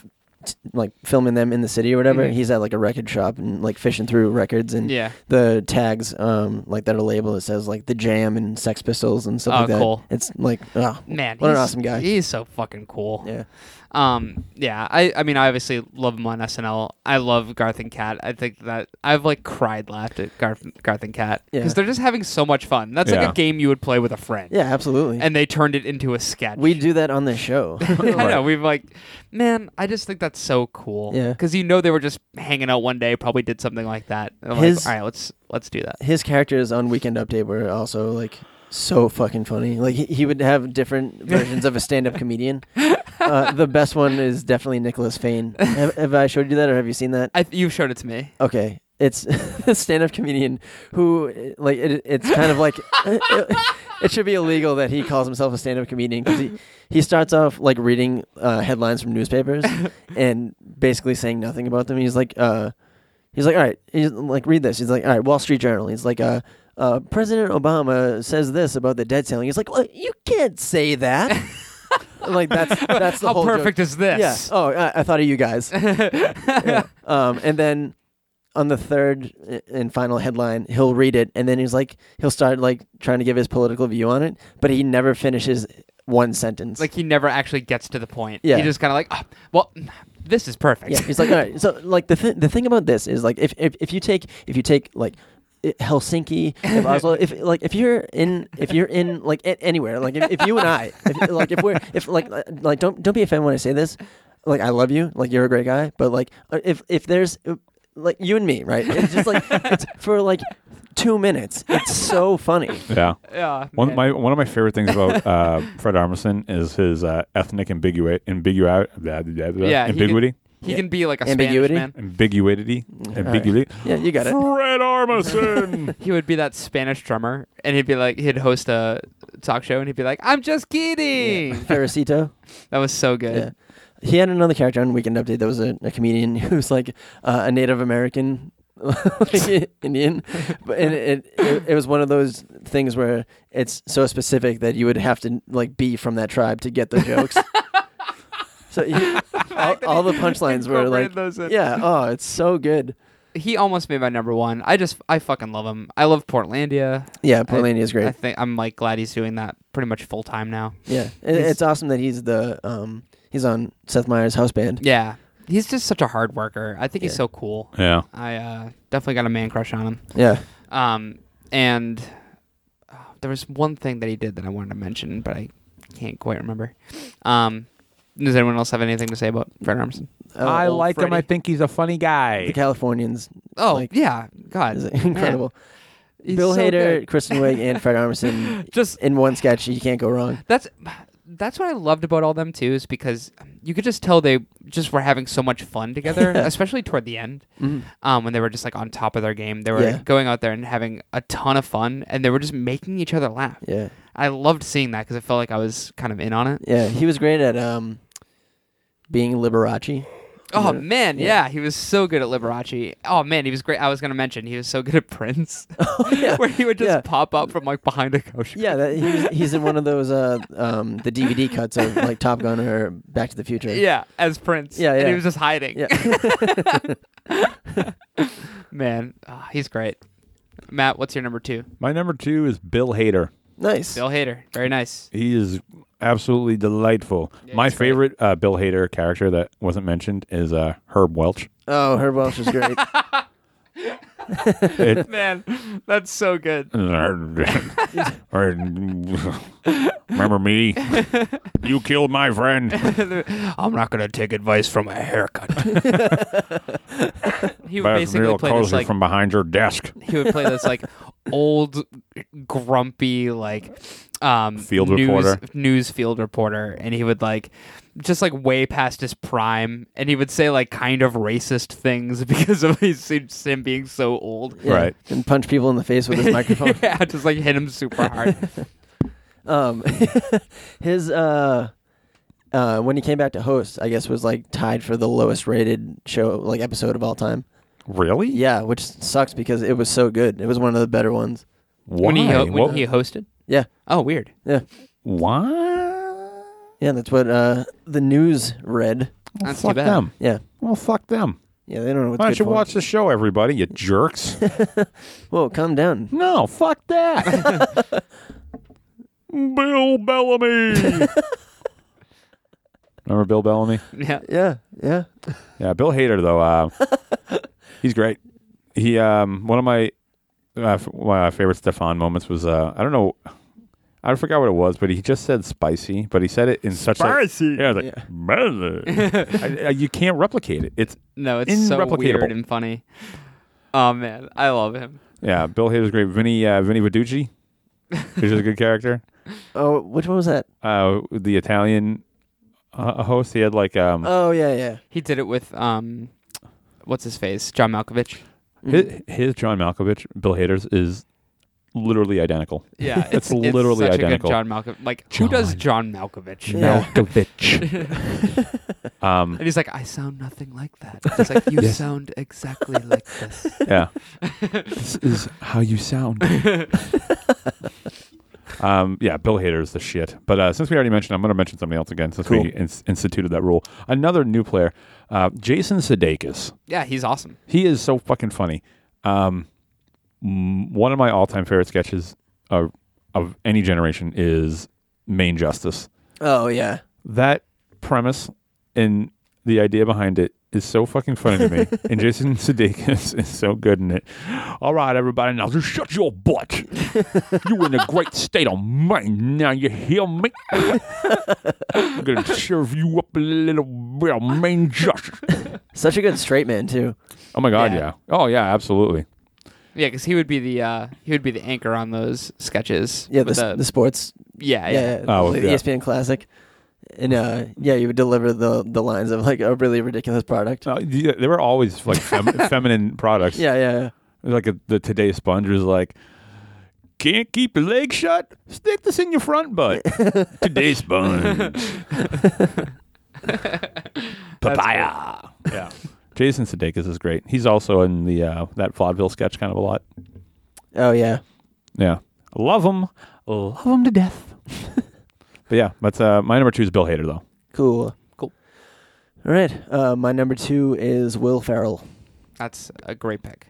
S3: t- like filming them in the city or whatever,
S2: Mhm.
S3: he's at like a record shop and like fishing through records and
S2: yeah.
S3: the tags, um, like that are labeled. It says like the Jam and Sex Pistols and stuff
S2: Oh,
S3: like that.
S2: cool.
S3: It's like, ah,
S2: Man,
S3: what an
S2: he's-
S3: awesome guy.
S2: He's so fucking cool.
S3: yeah,
S2: Um, yeah, I, I mean, I obviously love him on SNL. I love Garth and Kat. I think that I've like cried laughed at Garth, Garth and Kat
S3: Yeah.
S2: because they're just having so much fun. That's
S1: Yeah.
S2: like a game you would play with a friend.
S3: yeah, absolutely.
S2: And they turned it into a sketch.
S3: we do that on this show.
S2: I know. We've like, man, I just think that's so cool.
S3: Yeah.
S2: Because you know they were just hanging out one day, probably did something like that. And I'm
S3: His-
S2: like, all right, let's let's do that.
S3: his characters on Weekend Update were also like so fucking funny. Like he, he would have different versions of a stand-up comedian. Uh, the best one is definitely Nicholas Fain. Have, have I showed you that, or have you seen that?
S2: I you showed it to me.
S3: Okay, it's a stand-up comedian who eh, like it, it's kind of like eh, eh, it should be illegal that he calls himself a stand-up comedian because he he starts off like reading uh, headlines from newspapers and basically saying nothing about them. He's like, uh, he's like, all right, he's like, read this. He's like, all right, Wall Street Journal. He's like, uh, uh, President Obama says this about the debt ceiling. He's like, well, you can't say that. like that's that's the
S2: How
S3: whole joke.
S2: perfect is this?
S3: Yeah. Oh, I, I thought of you guys. Yeah. Um, and then on the third i- and final headline, he'll read it, and then he's like, he'll start like trying to give his political view on it, but he never finishes one sentence.
S2: Like he never actually gets to the point.
S3: Yeah.
S2: He just kind of like, "Ah, well, this is perfect.
S3: yeah, he's like, all right. So like the th- the thing about this is like if, if if you take if you take like i- Helsinki, if Oslo, if like if you're in if you're in like a- anywhere, like if, if you and I, if, like if we're if like uh, like don't don't be offended when I say this, like I love you, like you're a great guy, but like uh, if if there's uh, like you and me, right? It's just like it's for like two minutes. It's so funny.
S1: Yeah.
S2: Yeah,
S1: One,
S2: man.
S1: my, one of my favorite things about uh, Fred Armisen is his uh, ethnic ambiguity. Ambigu- blah, blah, blah,
S2: Yeah, he could-
S1: ambiguity?
S2: he
S3: Yeah.
S2: can be like a
S3: Ambiguity?
S2: Spanish man.
S1: Ambiguity? Ambiguity?
S3: Yeah, you got it.
S1: Fred Armisen!
S2: He would be that Spanish drummer, and he'd be like, he'd host a talk show, and he'd be like, "I'm just kidding."
S3: Ferracito.
S2: That was so good.
S3: Yeah. He had another character on Weekend Update that was a, a comedian who was like uh, a Native American like, Indian, but and it, it it was one of those things where it's so specific that you would have to like be from that tribe to get the jokes. so he, all, all the punchlines were
S2: incorporated
S3: like,
S2: those in.
S3: yeah, oh, it's so good.
S2: he almost made my number one. I just I fucking love him. I love Portlandia.
S3: Yeah, Portlandia is great.
S2: I think I'm like glad he's doing that pretty much full time now.
S3: yeah, It-
S2: he's-
S3: it's awesome that he's the um he's on Seth Meyers' house band.
S2: Yeah, he's just such a hard worker. I think he's
S3: Yeah.
S2: so cool.
S1: yeah.
S2: I uh, definitely got a man crush on him.
S3: Yeah,
S2: Um, and uh, there was one thing that he did that I wanted to mention, but I can't quite remember. Um, does anyone else have anything to say about Fred Armisen?
S3: Uh,
S1: I
S3: old
S1: like him. I
S3: Freddie.
S1: think he's a funny
S3: the
S1: guy.
S3: Californians.
S2: Oh
S3: like,
S2: yeah, God,
S3: is
S2: man,
S3: incredible.
S2: he's
S3: Bill
S2: so
S3: Hader,
S2: good.
S3: Kristen Wiig, and Fred Armisen
S2: Just
S3: in one sketch. You can't go wrong.
S2: that's that's what I loved about all them too, is because you could just tell they just were having so much fun together, especially toward the end, um, when they were just like on top of their game. They were
S3: Yeah.
S2: going out there and having a ton of fun, and they were just making each other laugh.
S3: Yeah.
S2: I loved seeing that because I felt like I was kind of in on it.
S3: Yeah. He was great at um, being Liberace.
S2: Oh man, yeah. he was so good at Liberace. Oh man, he was great. I was gonna mention he was so good at Prince, where he would just
S3: Oh, Yeah.
S2: pop up from like behind a couch.
S3: Yeah, that, he was, he's in one of those uh, um, the DVD cuts of like Top Gun or Back to the Future.
S2: Yeah, as Prince.
S3: Yeah,
S2: And he
S3: yeah.
S2: was just hiding.
S3: Yeah.
S2: Man, ah, he's great. Matt, what's your number two?
S1: My number two is Bill Hader.
S3: nice.
S2: Bill Hader. Very nice.
S1: He is absolutely delightful. My
S2: he's great.
S1: favorite uh, Bill Hader character that wasn't mentioned is uh, Herb Welch.
S3: Oh, Herb Welsh is great.
S1: It-
S2: Man, that's so good.
S1: Remember me? You killed my friend.
S2: I'm not gonna take advice from a haircut. he would basically
S1: Basically
S2: play this
S1: calls you
S2: like
S1: from behind your desk.
S2: he would play this like old grumpy like um
S1: Field
S2: news,
S1: reporter.
S2: news field reporter and he would like just like way past his prime and he would say like kind of racist things because of his him being so old
S3: Yeah.
S1: Right.
S3: And punch people in the face with his microphone.
S2: yeah just like hit him super hard
S3: Um, his uh, uh, when he came back to host, I guess was like tied for the lowest rated show like episode of all time.
S1: Really?
S3: Yeah, which sucks because it was so good. It was one of the better ones.
S1: Why?
S2: when he ho- when
S1: What-
S2: he hosted
S3: Yeah,
S2: oh weird
S3: yeah,
S1: Why?
S3: yeah. That's what uh, the news read.
S2: that's
S1: fuck
S2: too bad
S1: them.
S3: Yeah,
S1: Well, fuck them.
S3: yeah. They don't know what's
S1: Why
S3: good
S1: don't you
S3: for 'em.
S1: watch the show, everybody? You jerks.
S3: Whoa, calm down.
S1: no, fuck that. Bill Bellamy. Remember Bill Bellamy?
S2: yeah
S3: Yeah, yeah.
S1: Yeah, Bill Hader though, uh, he's great. He um, one of my uh, f- one of my favorite Stefan moments was uh, I don't know, I forgot what it was, but he just said spicy, but he said it in such
S4: Spicy.
S1: A, yeah, like "Brother." I- I- you can't replicate it. It's
S2: no it's so
S1: Irreplicatable.
S2: weird and funny oh man i love him
S1: yeah, Bill Hader's great. Vinny uh, Vinny Viducci, which is a good character.
S3: Oh, which one was that?
S1: Uh, the Italian uh, host, he had like
S2: Mm.
S1: um,
S3: Oh, yeah, yeah.
S2: he did it with um what's his face john malkovich
S3: Mm.
S1: his, his John Malkovich, Bill Hader's is literally identical.
S2: Yeah,
S1: It's literally
S2: such
S1: identical.
S2: A good John Malkovich. Like, who does John Malkovich?
S3: Yeah.
S1: Malkovich. um,
S2: And he's like, I sound nothing like that. He's like, you sound exactly like this.
S1: yeah. this is how you sound. um, yeah, Bill Hader is the shit. But uh, since we already mentioned, I'm going to mention somebody else again since
S3: Cool.
S1: we ins- instituted that rule. Another new player, uh, Jason Sudeikis.
S2: Yeah, he's awesome.
S1: He is so fucking funny. Um, m- one of my all-time favorite sketches of, of any generation is Main Justice
S3: Oh, yeah.
S1: that premise and the idea behind it is so fucking funny to me. and Jason Sudeikis is so good in it. All right, everybody, now just shut your butt. You're in a great state of mind. Now you hear me? I'm gonna serve you up a little bit of main justice.
S3: Such a good straight man, too.
S1: Oh my god,
S2: Yeah.
S1: yeah. Oh yeah, absolutely.
S2: Yeah, because he would be the uh, he would be the anchor on those sketches.
S3: Yeah, the,
S2: with
S3: s- the sports.
S2: yeah, yeah.
S3: Yeah, yeah.
S1: Oh,
S3: the E
S1: yeah.
S3: ESPN Classic. And uh, yeah, you would deliver the, the lines of like a really ridiculous product.
S1: Uh, yeah, they were always like fem- feminine products.
S3: Yeah, yeah, yeah.
S1: like a, the Today Sponge was like, can't keep your leg shut? Stick this in your front butt. Today Sponge. Papaya. Yeah. Jason Sudeikis is great. He's also in the uh, that vaudeville sketch kind of a lot.
S3: Oh, yeah.
S1: Yeah, love him, love him to death. but yeah, that's uh, my number two is Bill Hader though.
S3: Cool.
S2: Cool.
S3: All right. Uh, my number two is Will Ferrell.
S2: That's a great pick.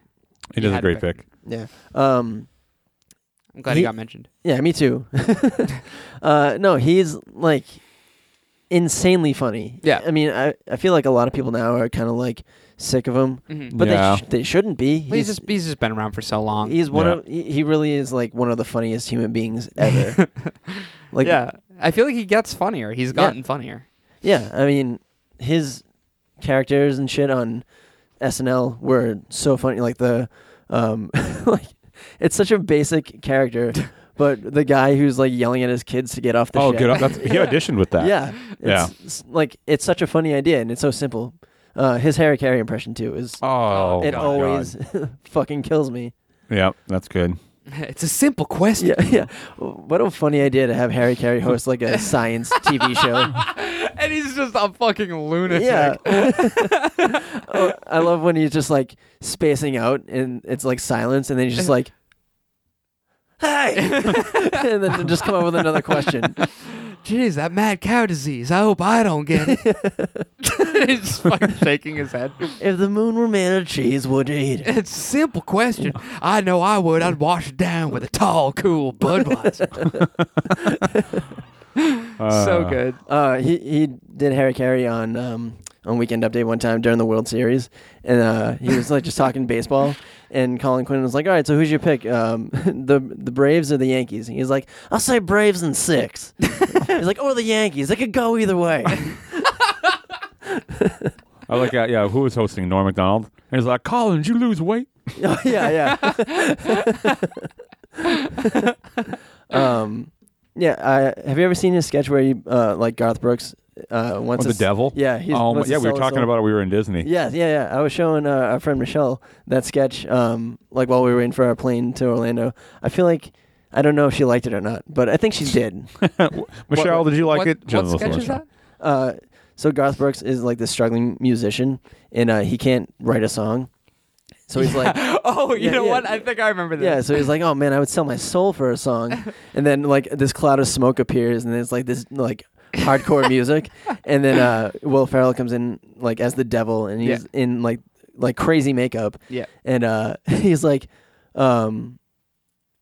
S1: It
S2: You
S1: is a
S2: had
S1: great
S2: pick.
S1: pick.
S3: Yeah. Um,
S2: I'm glad he,
S3: He-
S2: got mentioned.
S3: yeah, me too. uh, no, he's like insanely funny.
S2: Yeah.
S3: I mean, I, I feel like a lot of people now are kind of like sick of him,
S2: Mhm.
S3: but
S1: Yeah.
S3: they, sh- they shouldn't be.
S2: Well, he's just he's just been around for so long.
S3: He's one
S1: Yeah.
S3: of he he really is like one of the funniest human beings ever. like
S2: yeah, I feel like he gets funnier. He's
S3: Yeah.
S2: gotten funnier.
S3: yeah, I mean his characters and shit on SNL were so funny like the um like it's such a basic character But the guy who's like yelling at his kids to get off the
S1: Oh,
S3: ship.
S1: good. That's, he auditioned with that.
S3: yeah, it's,
S1: Yeah.
S3: s- like it's such a funny idea and it's so simple. Uh, his Harry Carey impression too is
S1: Oh,
S3: it
S1: my
S3: always
S1: God.
S3: fucking kills me.
S1: Yeah, that's good.
S2: it's a simple question.
S3: Yeah, yeah. What a funny idea to have Harry Carey host like a science TV show.
S2: And he's just a fucking lunatic.
S3: Yeah. Oh, I love when he's just like spacing out and it's like silence and then he's just like Hey and then just come up with another question.
S2: Jeez, that mad cow disease. I hope I don't get it. he's just fucking shaking his head.
S3: If the moon were made of cheese, would you eat it?
S2: It's a simple question. I know I would. I'd wash it down with a tall, cool Budweiser. so
S1: Uh,
S2: good.
S3: Uh, he he did Harry Carey on um, on Weekend Update one time during the World Series, and uh, he was like just talking baseball. And Colin Quinn was like, "All right, so who's your pick? Um, the the Braves or the Yankees?" And he's like, "I'll say Braves in six. he's like, "Or the Yankees. It could go either way."
S1: I like uh, yeah, who was hosting Norm Macdonald? And he's like, Colin, did you lose weight?
S3: Oh, yeah, yeah. um, yeah. I, have you ever seen his sketch where he uh, like Garth Brooks uh, wants
S1: Oh, the
S3: to s-
S1: devil?
S3: Yeah, he's,
S1: oh, my-
S3: wants to
S1: yeah, we
S3: sell
S1: were
S3: his
S1: talking
S3: soul.
S1: about it. We were in Disney.
S3: Yeah, yeah, yeah. I was showing uh, our friend Michelle that sketch, um, like while we were waiting for our plane to Orlando. I feel like I don't know if she liked it or not, but I think she did.
S1: Michelle, did you like
S2: what,
S1: it?
S2: What
S1: Jennifer
S2: sketch is
S1: Lawrence.
S2: that?
S3: uh, so Garth Brooks is like this struggling musician, and uh, he can't write a song. So he's like,
S2: Oh, you
S3: Yeah,
S2: know
S3: yeah,
S2: what?
S3: yeah.
S2: I think I remember this.
S3: Yeah, so he's like, "Oh man, I would sell my soul for a song," and then like this cloud of smoke appears, and it's like this like hardcore music, and then uh, Will Ferrell comes in like as the devil, and he's in like like crazy makeup,
S2: Yeah.
S3: and uh, he's like, um,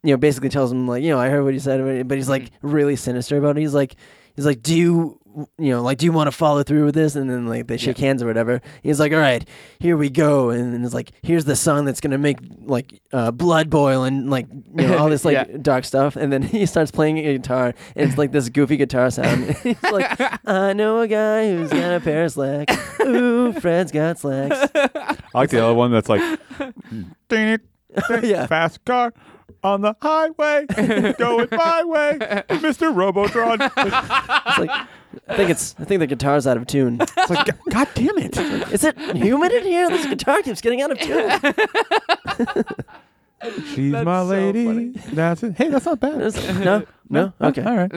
S3: you know, basically tells him like, you know, I heard what you said, about it," but he's like really sinister about it. He's like, he's like, do you, you know, like, do you want to follow through with this? And then like they shake hands or whatever. He's like, all right, here we go, and then it's like, here's the song that's gonna make like uh, blood boil and like you know all this like
S2: Yeah.
S3: dark stuff. And then he starts playing a guitar, and it's like this goofy guitar sound. he's like, I know a guy who's got a pair of slacks. Ooh, Fred's got slacks.
S1: I like the other one that's like, ding it,
S3: yeah.
S1: fast car on the highway, going my way, Mr. Robotron.
S3: It's like, I think it's. I think the guitar's out of tune.
S1: It's like, God damn it.
S3: Is it humid in here? This guitar keeps getting out of tune.
S1: She's
S2: That's
S1: my
S2: so
S1: lady.
S2: funny.
S1: That's it. Hey, that's not bad.
S3: It's- no, no, okay.
S1: All right.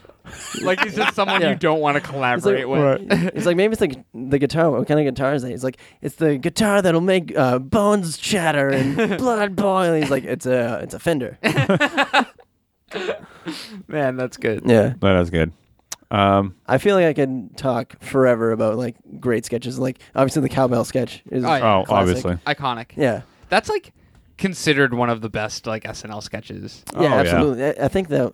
S2: like he's just someone
S3: Yeah.
S2: you don't want to
S3: It's like,
S2: collaborate with.
S1: Right.
S3: it's like maybe it's the the guitar. What kind of guitar is that? He's like, it's the guitar that'll make uh, bones chatter and blood boil. He's like, it's a it's a Fender.
S2: Man, that's good.
S3: Yeah,
S1: That is good. Um,
S3: I feel like I could talk forever about like great sketches. Like obviously the cowbell sketch is.
S2: Oh, yeah.
S1: oh,
S3: classic.
S1: obviously.
S2: Iconic.
S3: Yeah.
S2: That's like considered one of the best like SNL sketches.
S3: Yeah,
S1: Oh, yeah.
S3: absolutely. I, I think that,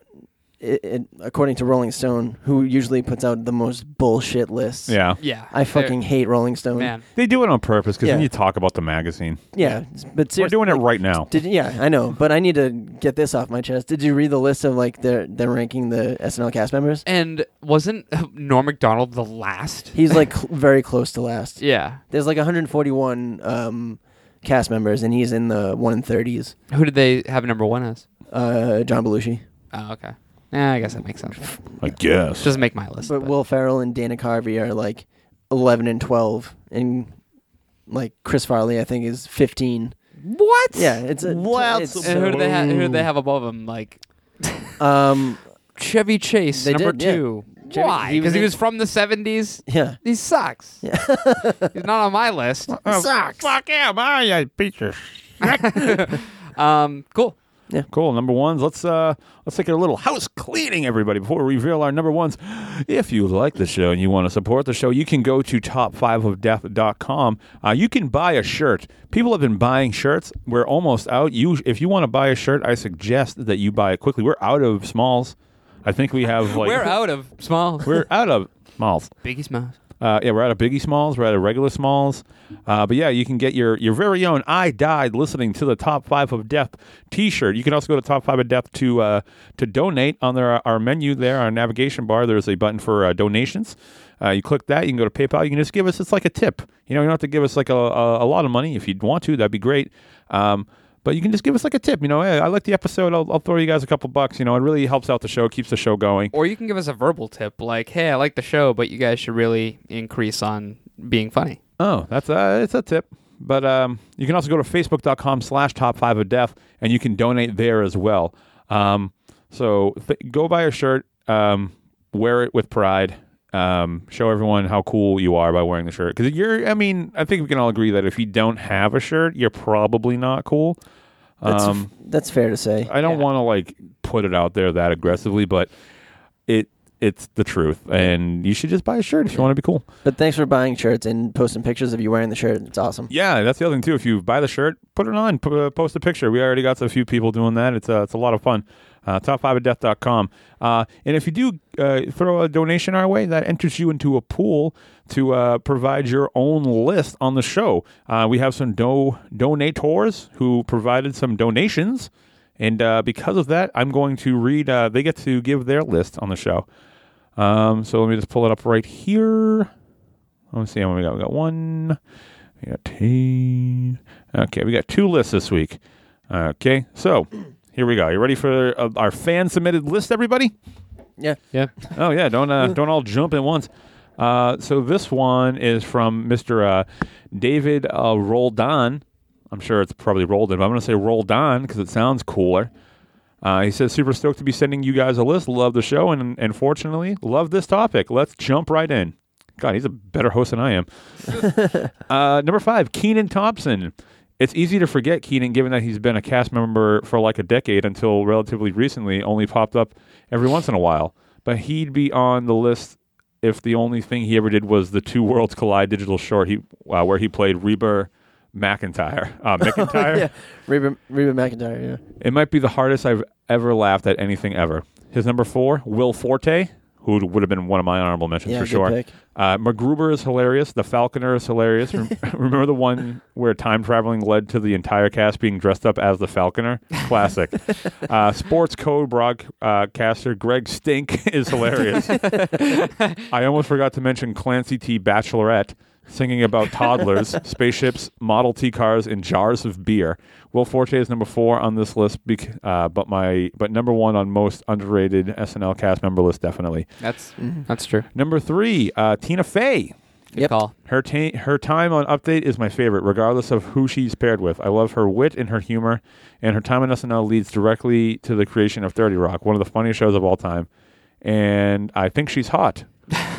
S3: it, it, according to Rolling Stone, who usually puts out the most bullshit lists,
S1: Yeah.
S2: Yeah.
S3: I fucking hate Rolling Stone.
S2: man.
S1: They do it on purpose because then
S3: Yeah.
S1: you talk about the magazine.
S3: Yeah, but
S1: We're
S3: seriously,
S1: doing it
S3: like,
S1: right now.
S3: Did yeah, I know, but I need to get this off my chest. Did you read the list of like they're they're ranking the SNL cast members?
S2: And wasn't Norm Macdonald the last?
S3: He's like cl- very close to last.
S2: Yeah.
S3: There's like 141 um, cast members, and he's in the 130s.
S2: Who did they have number one as?
S3: Uh, John Belushi,
S2: Oh, okay. Yeah, I guess that makes sense.
S1: I guess.
S2: Doesn't make my list.
S3: but Will Ferrell and Dana Carvey are like 11 and 12, and like Chris Farley, I think, is 15.
S2: what?
S3: Yeah, it's a
S1: What?
S3: It's,
S2: And who do they have? Who do they have above him? Like
S3: um,
S2: Chevy Chase,
S3: They
S2: number
S3: did, yeah.
S2: two.
S3: Chevy-
S2: Why?
S3: he was
S2: Because he,
S3: in-
S2: was from the seventies.
S3: yeah.
S2: He sucks. He's not on my list.
S1: Oh,
S3: Sucks.
S1: Fuck him. Ah, yeah, Peter.
S2: Um, cool.
S1: Cool. Number ones. Let's uh let's take a little house cleaning, everybody, before we reveal our number ones. If you like the show and you want to support the show, you can go to top5ofdeath.com. Uh, you can buy a shirt. People have been buying shirts. We're almost out. You, if you want to buy a shirt, I suggest that you buy it quickly. We're out of smalls. I think we have like
S2: We're out of small.
S1: we're out of smalls.
S2: Biggie Smalls.
S1: Uh, yeah, we're out of Biggie Smalls. We're out of regular Smalls. Uh, but yeah, you can get your, your very own I Died Listening to the Top 5 of Death t shirt. You can also go to Top 5 of Death to uh, to donate on their, our menu there, our navigation bar. There's a button for uh, donations. Uh, you click that, you can go to PayPal. You can just give us, it's like a tip. You know, you don't have to give us like a, a, a lot of money. If you'd want to, that'd be great. Um, But you can just give us like a tip. You know, hey, I like the episode. I'll, I'll throw you guys a couple bucks. You know, it really helps out the show, keeps the show going.
S2: Or you can give us a verbal tip like, hey, I like the show, but you guys should really increase on being funny.
S1: Oh, that's a, it's a tip. But um, you can also go to facebook.com slash top five of death and you can donate there as well. Um, so th- go buy a shirt, um, wear it with pride, um, show everyone how cool you are by wearing the shirt. Because you're, I mean, I think we can all agree that if you don't have a shirt, you're probably not cool. Um,
S3: That's, that's fair to say.
S2: Uh,
S1: I don't want to like put it out there that aggressively, but it it's the truth, and you should just buy a shirt if you want to be cool.
S3: But thanks for buying shirts and posting pictures of you wearing the shirt. It's awesome.
S1: Yeah, that's the other thing too. If you buy the shirt, put it on, p- uh, post a picture. We already got a few people doing that. It's a, it's a lot of fun. Uh, top five at death.com. Uh, and if you do uh, throw a donation our way, that enters you into a pool to uh, provide your own list on the show. Uh, we have some do- donators who provided some donations. And uh, because of that, I'm going to read, uh, they get to give their list on the show. Um, so let me just pull it up right here. Let me see how many we got. We got one. We got two. Okay, we got two lists this week. Okay, so here we go. You ready for uh, our fan submitted list, everybody?
S3: Yeah.
S2: Yeah.
S1: Oh yeah, don't uh, don't all jump at once. Uh, so this one is from Mr. Uh, David uh, Roldan. I'm sure it's probably Roldan, but I'm going to say Roldan because it sounds cooler. Uh, he says, "Super stoked to be sending you guys a list. Love the show, and and fortunately, love this topic. Let's jump right in." God, he's a better host than I am. Uh, number five, Keenan Thompson. It's easy to forget Keenan, given that he's been a cast member for like a decade until relatively recently, only popped up every once in a while. But he'd be on the list if the only thing he ever did was the Two Worlds Collide digital short he, uh, where he played Reber McIntyre. Uh, McIntyre?
S3: Oh, Yeah. Reba, Reba McIntyre. Yeah.
S1: It might be the hardest I've ever laughed at anything ever. His number four, Will Forte, who would have been one of my honorable mentions
S3: Yeah,
S1: for
S3: good
S1: sure.
S3: pick.
S1: Uh, MacGruber is hilarious. The Falconer is hilarious. Rem- Remember the one where time traveling led to the entire cast being dressed up as the Falconer? Classic. uh, sports code broadcaster Greg Stink is hilarious. I almost forgot to mention Clancy T. Bachelorette singing about toddlers, spaceships, Model T cars, and jars of beer. Will Forte is number four on this list, bec- uh, but my but number one on most underrated SNL cast member list definitely.
S2: That's that's true.
S1: Number three, uh, Tina Fey.
S2: Good
S3: Mm-hmm. Yep.
S2: call.
S1: Her ta- her time on Update is my favorite, regardless of who she's paired with. I love her wit and her humor, and her time on SNL leads directly to the creation of Thirty Rock, one of the funniest shows of all time. And I think she's hot.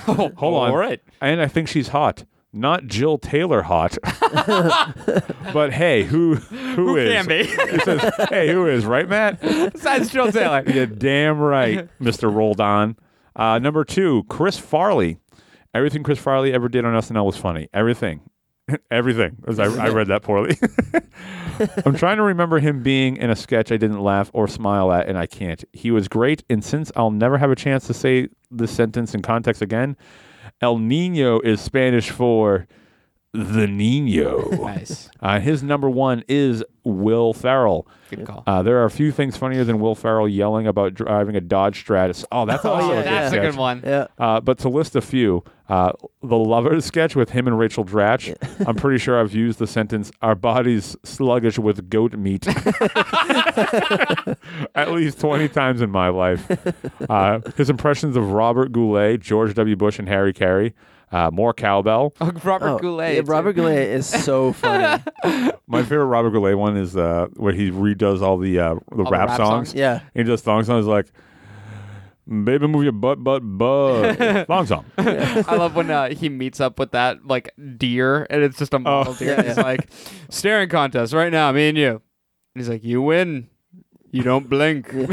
S2: Hold
S1: on. And I think she's hot. Not Jill Taylor hot, but hey, who who
S2: Who
S1: is?
S2: can be?
S1: hey, who is right, Matt?
S2: Besides Jill Taylor.
S1: You're damn right, Mr. Roldan. Uh, number two, Chris Farley. Everything Chris Farley ever did on SNL was funny. Everything. Everything. As I, I read that poorly. I'm trying to remember him being in a sketch I didn't laugh or smile at, and I can't. He was great, and since I'll never have a chance to say this sentence in context again, El Nino is Spanish for the Nino.
S2: Nice.
S1: uh, his number one is Will Ferrell.
S2: Good call.
S1: Uh, there are a few things funnier than Will Ferrell yelling about driving a Dodge Stratus. Oh, that's also
S3: yeah,
S1: a good
S2: that's a
S1: sketch.
S2: good one.
S3: Yeah.
S1: Uh, but to list a few, uh, the lovers sketch with him and Rachel Dratch. I'm pretty sure I've used the sentence "our bodies sluggish with goat meat" at least 20 times in my life. Uh, his impressions of Robert Goulet, George W. Bush, and Harry Carey. Uh, more cowbell.
S2: Oh, Robert
S3: Oh,
S2: Goulet.
S3: yeah,
S2: too.
S3: Robert Goulet is so funny.
S1: My favorite Robert Goulet one is uh, where he redoes all the uh, the,
S2: the
S1: rap,
S2: rap
S1: songs.
S2: songs?
S3: yeah.
S1: And he does thong song. He's like, "Baby, move your butt, butt, butt." thong song.
S2: I love when uh, he meets up with that like deer, and it's just a model deer.
S3: Yeah,
S2: and he's
S3: yeah.
S2: like, staring contest right now, me and you. And he's like, you win. You don't blink.
S3: You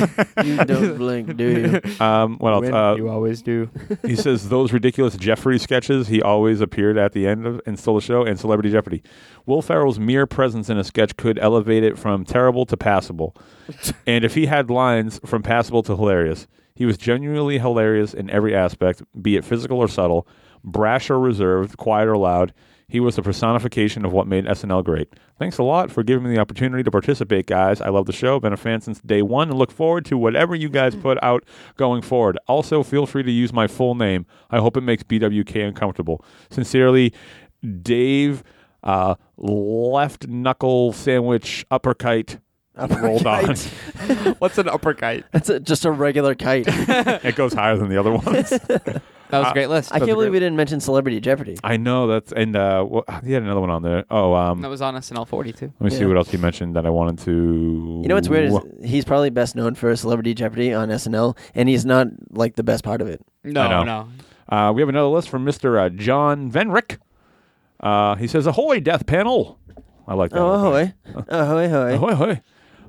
S3: don't blink, do you?
S1: Um, what else?
S2: Win,
S1: Uh,
S2: you always do.
S1: he says those ridiculous Jeffrey sketches. He always appeared at the end of and stole the show and Celebrity Jeopardy. Will Ferrell's mere presence in a sketch could elevate it from terrible to passable, and if he had lines from passable to hilarious, he was genuinely hilarious in every aspect, be it physical or subtle, brash or reserved, quiet or loud. He was the personification of what made SNL great. Thanks a lot for giving me the opportunity to participate, guys. I love the show. Been a fan since day one and look forward to whatever you guys put out going forward. Also, feel free to use my full name. I hope it makes BWK uncomfortable. Sincerely, Dave uh, Left Knuckle Sandwich Uppercut rolled on.
S3: Uppercut.
S2: What's an uppercut?
S3: That's a, just a regular kite. I
S1: it goes higher than the other ones.
S2: That was a great list.
S1: a
S3: can't
S1: great-
S3: believe we didn't mention Celebrity Jeopardy.
S1: I know that's and uh, well, he had another one on there. Oh, um,
S2: That was on SNL 40 too.
S1: let me see
S3: yeah.
S1: what else you mentioned that I wanted to.
S3: You know what's weird is he's probably best known for Celebrity Jeopardy on SNL, and he's not like the best part of it.
S1: I know.
S2: No, no.
S1: Uh, we have another list from Mr. Uh, John Venrick. Uh, he says, "Ahoy, Death Panel." I like that.
S3: Oh,
S1: one.
S3: ahoy. Ahoy, ahoy.
S1: Ahoy, ahoy.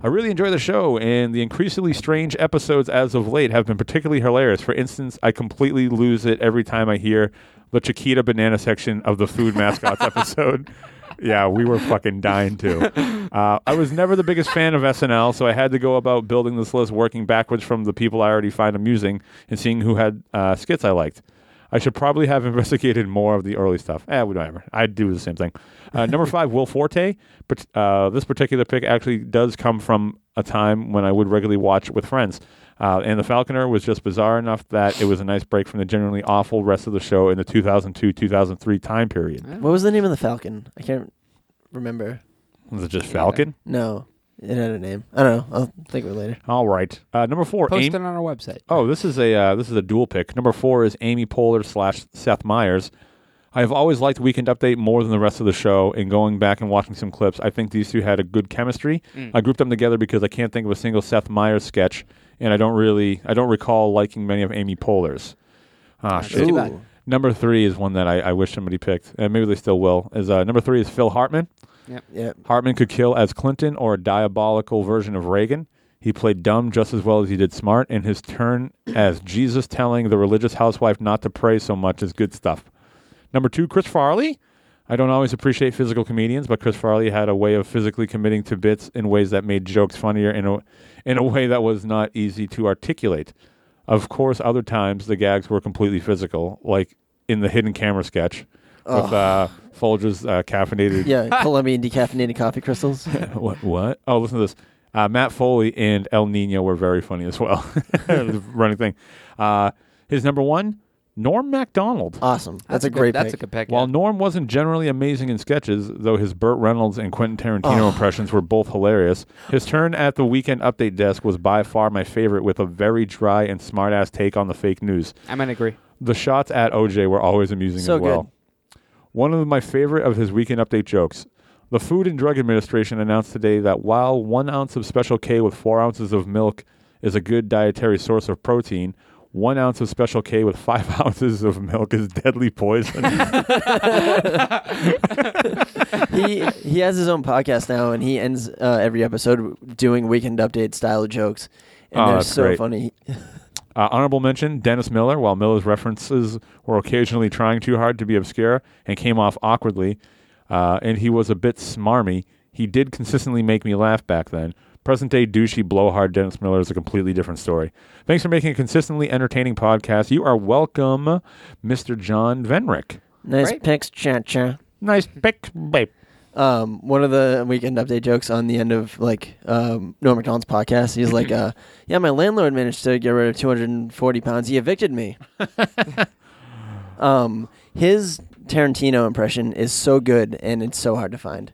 S1: I really enjoy the show, and the increasingly strange episodes as of late have been particularly hilarious. For instance, I completely lose it every time I hear the Chiquita banana section of the food mascots episode. Yeah, we were fucking dying too. Uh, I was never the biggest fan of SNL, so I had to go about building this list working backwards from the people I already find amusing and seeing who had uh, skits I liked. I should probably have investigated more of the early stuff. Eh, whatever. I'd do the same thing. Uh, number five, Will Forte. But, uh, this particular pick actually does come from a time when I would regularly watch with friends. Uh, and The Falconer was just bizarre enough that it was a nice break from the generally awful rest of the show in the 2002 2003 time period.
S3: What was the name of the Falcon? I can't remember.
S1: Was it just Falcon?
S3: No, it had a name. I don't know. I'll think of it later.
S1: All right. Uh, number four,
S2: Post
S1: Amy-
S2: it on our website.
S1: Oh, this is a uh, this is a dual pick. Number four is Amy Poehler slash Seth Meyers. I have always liked Weekend Update more than the rest of the show, and going back and watching some clips, I think these two had a good chemistry.
S3: Mm.
S1: I grouped them together because I can't think of a single Seth Meyers sketch, and I don't really I don't recall liking many of Amy Poehler's. Ah, shit.
S3: too bad. Ooh.
S1: Number three is one that I, I wish somebody picked, and maybe they still will. Is uh, number three is Phil Hartman.
S3: Yeah.
S1: Hartman could kill as Clinton or a diabolical version of Reagan. He played dumb just as well as he did smart, and his turn as Jesus telling the religious housewife not to pray so much is good stuff. Number two, Chris Farley. I don't always appreciate physical comedians, but Chris Farley had a way of physically committing to bits in ways that made jokes funnier in a, in a way that was not easy to articulate. Of course, other times the gags were completely physical, like in the hidden camera sketch with uh, Folger's uh, caffeinated
S3: Yeah, Colombian decaffeinated coffee crystals.
S1: what? What? Oh, listen to this. Uh, Matt Foley and El Nino were very funny as well. The running thing. Uh, his number one, Norm Macdonald.
S3: Awesome. That's, a
S2: good-
S3: great
S2: That's
S3: pick.
S2: a good pick.
S1: While
S2: yeah.
S1: Norm wasn't generally amazing in sketches, though his Burt Reynolds and Quentin Tarantino impressions were both hilarious, his turn at the Weekend Update desk was by far my favorite with a very dry and smart-ass take on the fake news.
S2: I might agree.
S1: The shots at OJ were always amusing
S3: So
S1: as well. One of my favorite of his weekend update jokes. The Food and Drug Administration announced today that while one ounce of Special K with four ounces of milk is a good dietary source of protein, one ounce of Special K with five ounces of milk is deadly poison.
S3: he he has his own podcast now, and he ends uh, every episode doing weekend update style jokes, and
S1: Oh,
S3: they're
S1: that's
S3: so
S1: great.
S3: funny.
S1: Uh, honorable mention Dennis Miller. While Miller's references were occasionally trying too hard to be obscure and came off awkwardly, uh, and he was a bit smarmy, he did consistently make me laugh back then. Present day douchey blowhard Dennis Miller is a completely different story. Thanks for making a consistently entertaining podcast. You are welcome, Mr. John Venrick.
S3: Nice
S2: Great.
S3: picks, cha cha.
S1: Nice pick, babe.
S3: um, one of the weekend update jokes on the end of like um, Norm McDonald's podcast. He's like, uh, "Yeah, my landlord managed to get rid of 240 pounds. He evicted me." um, his Tarantino impression is so good, and it's so hard to find.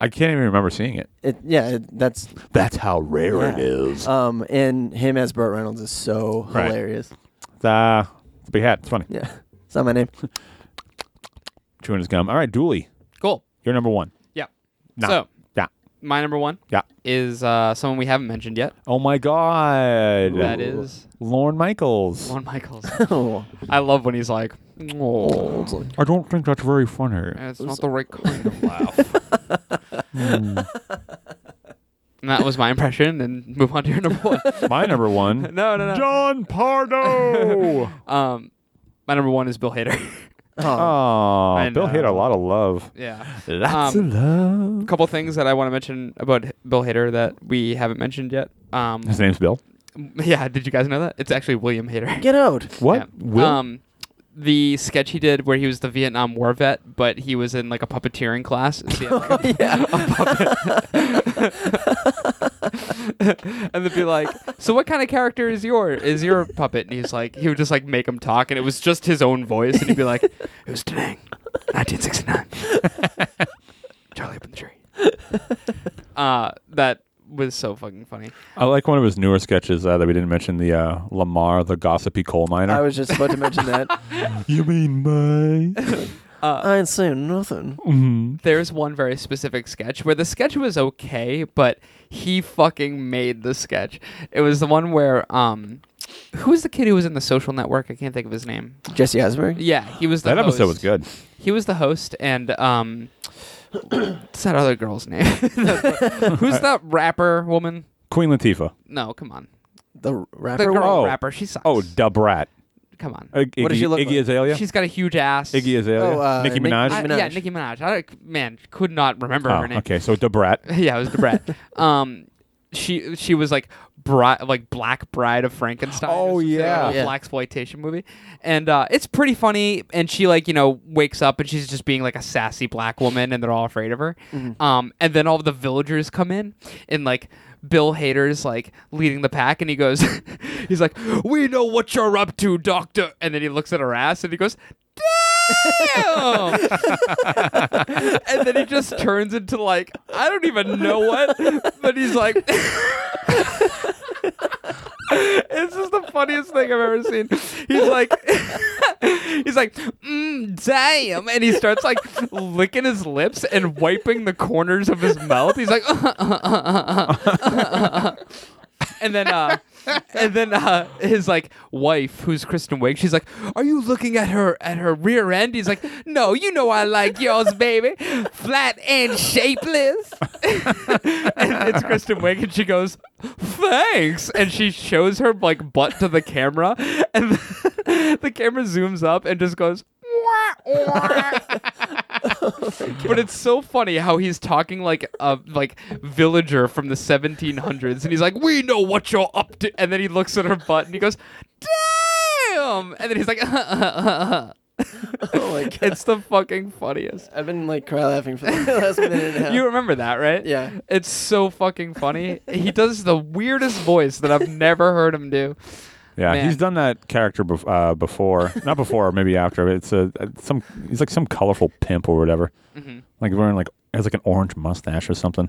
S1: I can't even remember seeing it.
S3: It, yeah, it, that's
S1: That's how rare
S3: it
S1: is.
S3: um, and him as Burt Reynolds is so
S1: Right.
S3: hilarious.
S1: It's, uh, it's a big hat. It's funny.
S3: Yeah, it's not my name.
S1: Chewing his gum. All right, Dooley,
S2: Cool.
S1: you're number one.
S2: Yeah.
S1: Nah.
S2: So
S1: Yeah.
S2: my number one
S1: Yeah.
S2: is uh, someone we haven't mentioned yet.
S1: Oh my God.
S2: That is
S1: Lorne Michaels.
S2: Lorne Michaels.
S3: oh,
S2: I love when he's like, oh,
S3: it's like-
S1: I don't think that's very funny.
S2: it's not the right kind of laugh. and that was my impression. And move on to your number one.
S1: My number one,
S2: No, no, no.
S1: John Pardo.
S2: Um, my number one is Bill Hader.
S3: oh,
S1: Oh,
S2: I
S1: Bill
S2: know.
S1: Hader, a lot of love.
S2: yeah.
S1: Lots
S2: Um,
S1: of love.
S2: couple things that I want to mention about H- Bill Hader that we haven't mentioned yet. Um,
S1: His name's Bill.
S2: yeah, did you guys know that? It's actually William Hader.
S3: get out.
S1: What?
S2: Yeah.
S1: Will?
S2: Um, the sketch he did where he was the Vietnam War vet, but he was in like a puppeteering class. So he had, like,
S1: Oh,
S2: a- a puppet. and they'd be like, "So what kind of character is your is your puppet?" And he's like, he would just like make him talk, and it was just his own voice, and he'd be like, "It was Danang, 1969, Charlie up in the tree." Uh, that was so fucking funny.
S1: I like one of his newer sketches uh, that we didn't mention. The uh, Lamar, the gossipy coal miner.
S3: I was just about to mention that.
S1: you mean my? Mm-hmm.
S3: I ain't saying nothing.
S2: There's one very specific sketch where the sketch was okay, but he fucking made the sketch. It was the one where um, who was the kid who was in the social network? I can't think of his name.
S3: Jesse Eisenberg.
S2: Yeah, he was. The
S1: that episode was
S2: host.
S1: good.
S2: He was the host, and um, what's that other girl's name? Who's that rapper woman?
S1: Queen Latifah.
S2: No, come on,
S3: The
S2: the
S3: rapper.
S2: girl
S1: oh.
S2: rapper. She sucks.
S1: Oh, Dubrat.
S2: come on.
S1: Ig- Iggy,
S3: What does she look
S1: Iggy
S3: like?
S1: Azalea.
S2: She's got a huge ass.
S1: Iggy Azalea.
S3: Oh, uh,
S1: Nicki
S3: Nick-
S1: Minaj.
S2: I-
S3: Minaj.
S2: yeah, Nicki Minaj. I don't- man could not remember
S1: Oh,
S2: her name.
S1: okay, so Dubrat.
S2: yeah, it was Debrat. um, she she was like bri- like Black Bride of Frankenstein. or
S1: Oh,
S2: something,
S1: yeah.
S2: like
S3: Yeah.
S2: a uh, black exploitation movie, and uh, it's pretty funny. And she like you know wakes up and she's just being like a sassy black woman, and they're all afraid of her.
S1: Mm-hmm.
S2: Um, and then all the villagers come in and like. Bill Hader's like leading the pack, and he goes, he's like, "We know what you're up to, Doctor." And then he looks at her ass, and he goes, "Damn!" and then he just turns into like I don't even know what, but he's like. This is the funniest thing I've ever seen. He's like, he's like, mm, damn, and he starts like licking his lips and wiping the corners of his mouth. He's like, and then, uh, and then uh, his like wife, who's Kristen Wiig, she's like, "Are you looking at her at her rear end?" He's like, "No, you know I like yours, baby, flat and shapeless." and it's Kristen Wiig, and she goes, "Thanks," and she shows her like butt to the camera, and the, camera zooms up and just goes. "Wah, wah." but it's so funny how he's talking like a like villager from the 1700s, and he's like, "We know what you're up to," and then he looks at her butt and he goes, "Damn!" and then he's like,
S3: Oh my god.
S2: "It's the fucking funniest."
S3: I've been like cry laughing for the last minute and a half.
S2: You remember that, right?
S3: Yeah.
S2: It's so fucking funny. he does the weirdest voice that I've never heard him do.
S1: Yeah,
S2: Man.
S1: he's done that character bef- uh, before, not before, maybe after. But it's a some. He's like some colorful pimp or whatever.
S2: Mm-hmm.
S1: Like wearing like has like an orange mustache or something.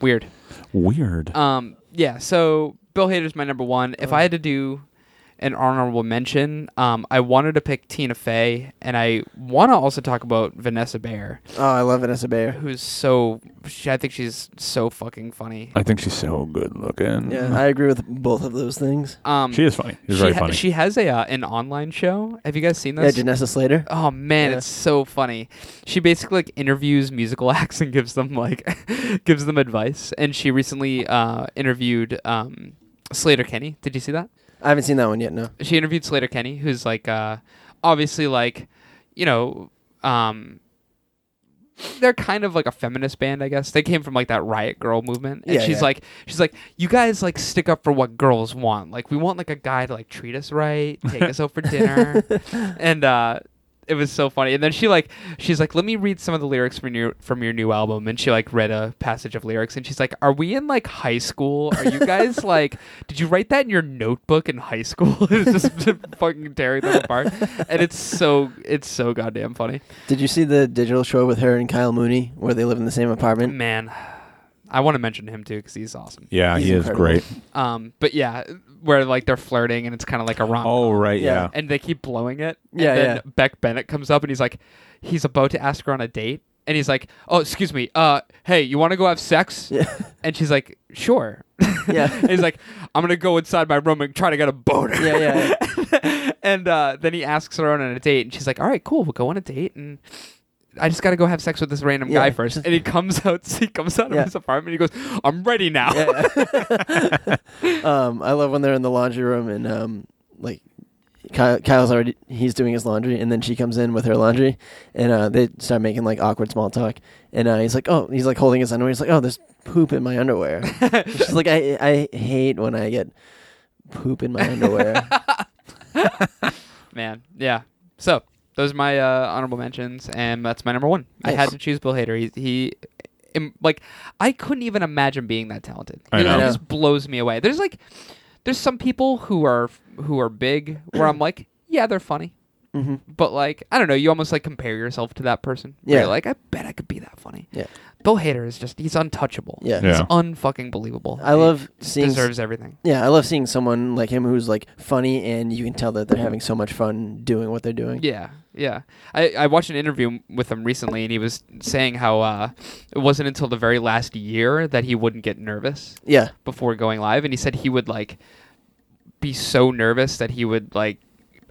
S2: Weird.
S1: Weird.
S2: Um, yeah. So Bill Hader's my number one. If
S3: Oh.
S2: I had to do an honorable mention, um, I wanted to pick Tina Fey, and I want to also talk about Vanessa Bayer,
S3: Oh, I love Vanessa Bayer.
S2: who's so. She, I think she's so fucking funny.
S1: I think she's so good looking.
S3: Yeah, I agree with both of those things.
S2: Um,
S1: Uh, she is funny. She's
S2: she
S1: very
S2: ha-
S1: funny.
S2: She has a uh, an online show. Have you guys seen
S3: Yeah,
S2: this?
S3: Janessa Slater.
S2: Oh man,
S3: Yeah.
S2: it's so funny. She basically like interviews musical acts and gives them like gives them advice. And she recently uh, interviewed um, Slater Kenny. Did you see that?
S3: I haven't seen that one yet. No.
S2: she interviewed Slater Kenny, who's like uh, obviously like you know um, they're kind of like a feminist band, I guess. They came from like that Riot Girl movement, and
S3: Yeah,
S2: she's
S3: yeah.
S2: like she's like you guys like stick up for what girls want. Like we want like a guy to like treat us right, take us out for dinner, and uh, it was so funny. And then she like she's like, let me read some of the lyrics from your from your new album. And she like read a passage of lyrics, and she's like, are we in like high school? Are you guys like, did you write that in your notebook in high school? it's just, just fucking tearing them apart, and it's so it's so goddamn funny,
S3: Did you see the digital show with her and Kyle Mooney where they live in the same apartment?
S2: man. I want to mention him too because he's awesome.
S1: yeah, he
S3: he's
S1: is
S3: incredible.
S1: great.
S2: Um, but yeah, where like they're flirting and it's kind of like a rom.
S1: Oh right, yeah.
S3: Yeah.
S2: and they keep blowing it. And
S3: Yeah,
S2: then
S3: yeah.
S2: Beck Bennett comes up and he's like, he's about to ask her on a date, and he's like, "Oh, excuse me. Uh, hey, you want to go have sex?"
S3: Yeah.
S2: And she's like, "Sure."
S3: Yeah.
S2: And he's like, "I'm gonna go inside my room and try to get a boner."
S3: Yeah, yeah.
S2: and uh, then he asks her out on a date, and she's like, "All right, cool. We'll go on a date and." I just gotta go have sex with this random
S3: Yeah.
S2: guy first, and he comes out. He comes out of
S3: Yeah.
S2: his apartment. And he goes, "I'm ready now."
S3: um, I love when they're in the laundry room and um, like Kyle, Kyle's already he's doing his laundry and then she comes in with her laundry and uh, they start making like awkward small talk and uh, he's like oh he's like holding his underwear he's like oh there's poop in my underwear And she's like I I hate when I get poop in my underwear
S2: Man, yeah. So those are my uh, honorable mentions, and that's my number one. I
S3: Nice.
S2: had to choose Bill Hader. He, he im- like, I couldn't even imagine being that talented.
S1: I
S2: He
S1: know.
S2: just blows me away. There's like, there's some people who are who are big where I'm like, yeah, they're funny,
S3: Mhm.
S2: but like, I don't know. You almost like compare yourself to that person. where
S3: Yeah.
S2: you're like I bet I could be that funny.
S3: yeah
S2: Bill Hader is just he's untouchable.
S3: Yeah.
S2: He's
S1: Yeah.
S2: unfucking believable.
S3: I love
S2: he
S3: seeing.
S2: deserves everything.
S3: yeah, I love seeing someone like him who's like funny, and you can tell that they're having so much fun doing what they're doing.
S2: Yeah, yeah. I, I watched an interview m- with him recently, and he was saying how uh, it wasn't until the very last year that he wouldn't get nervous
S3: Yeah,
S2: before going live, and he said he would like be so nervous that he would like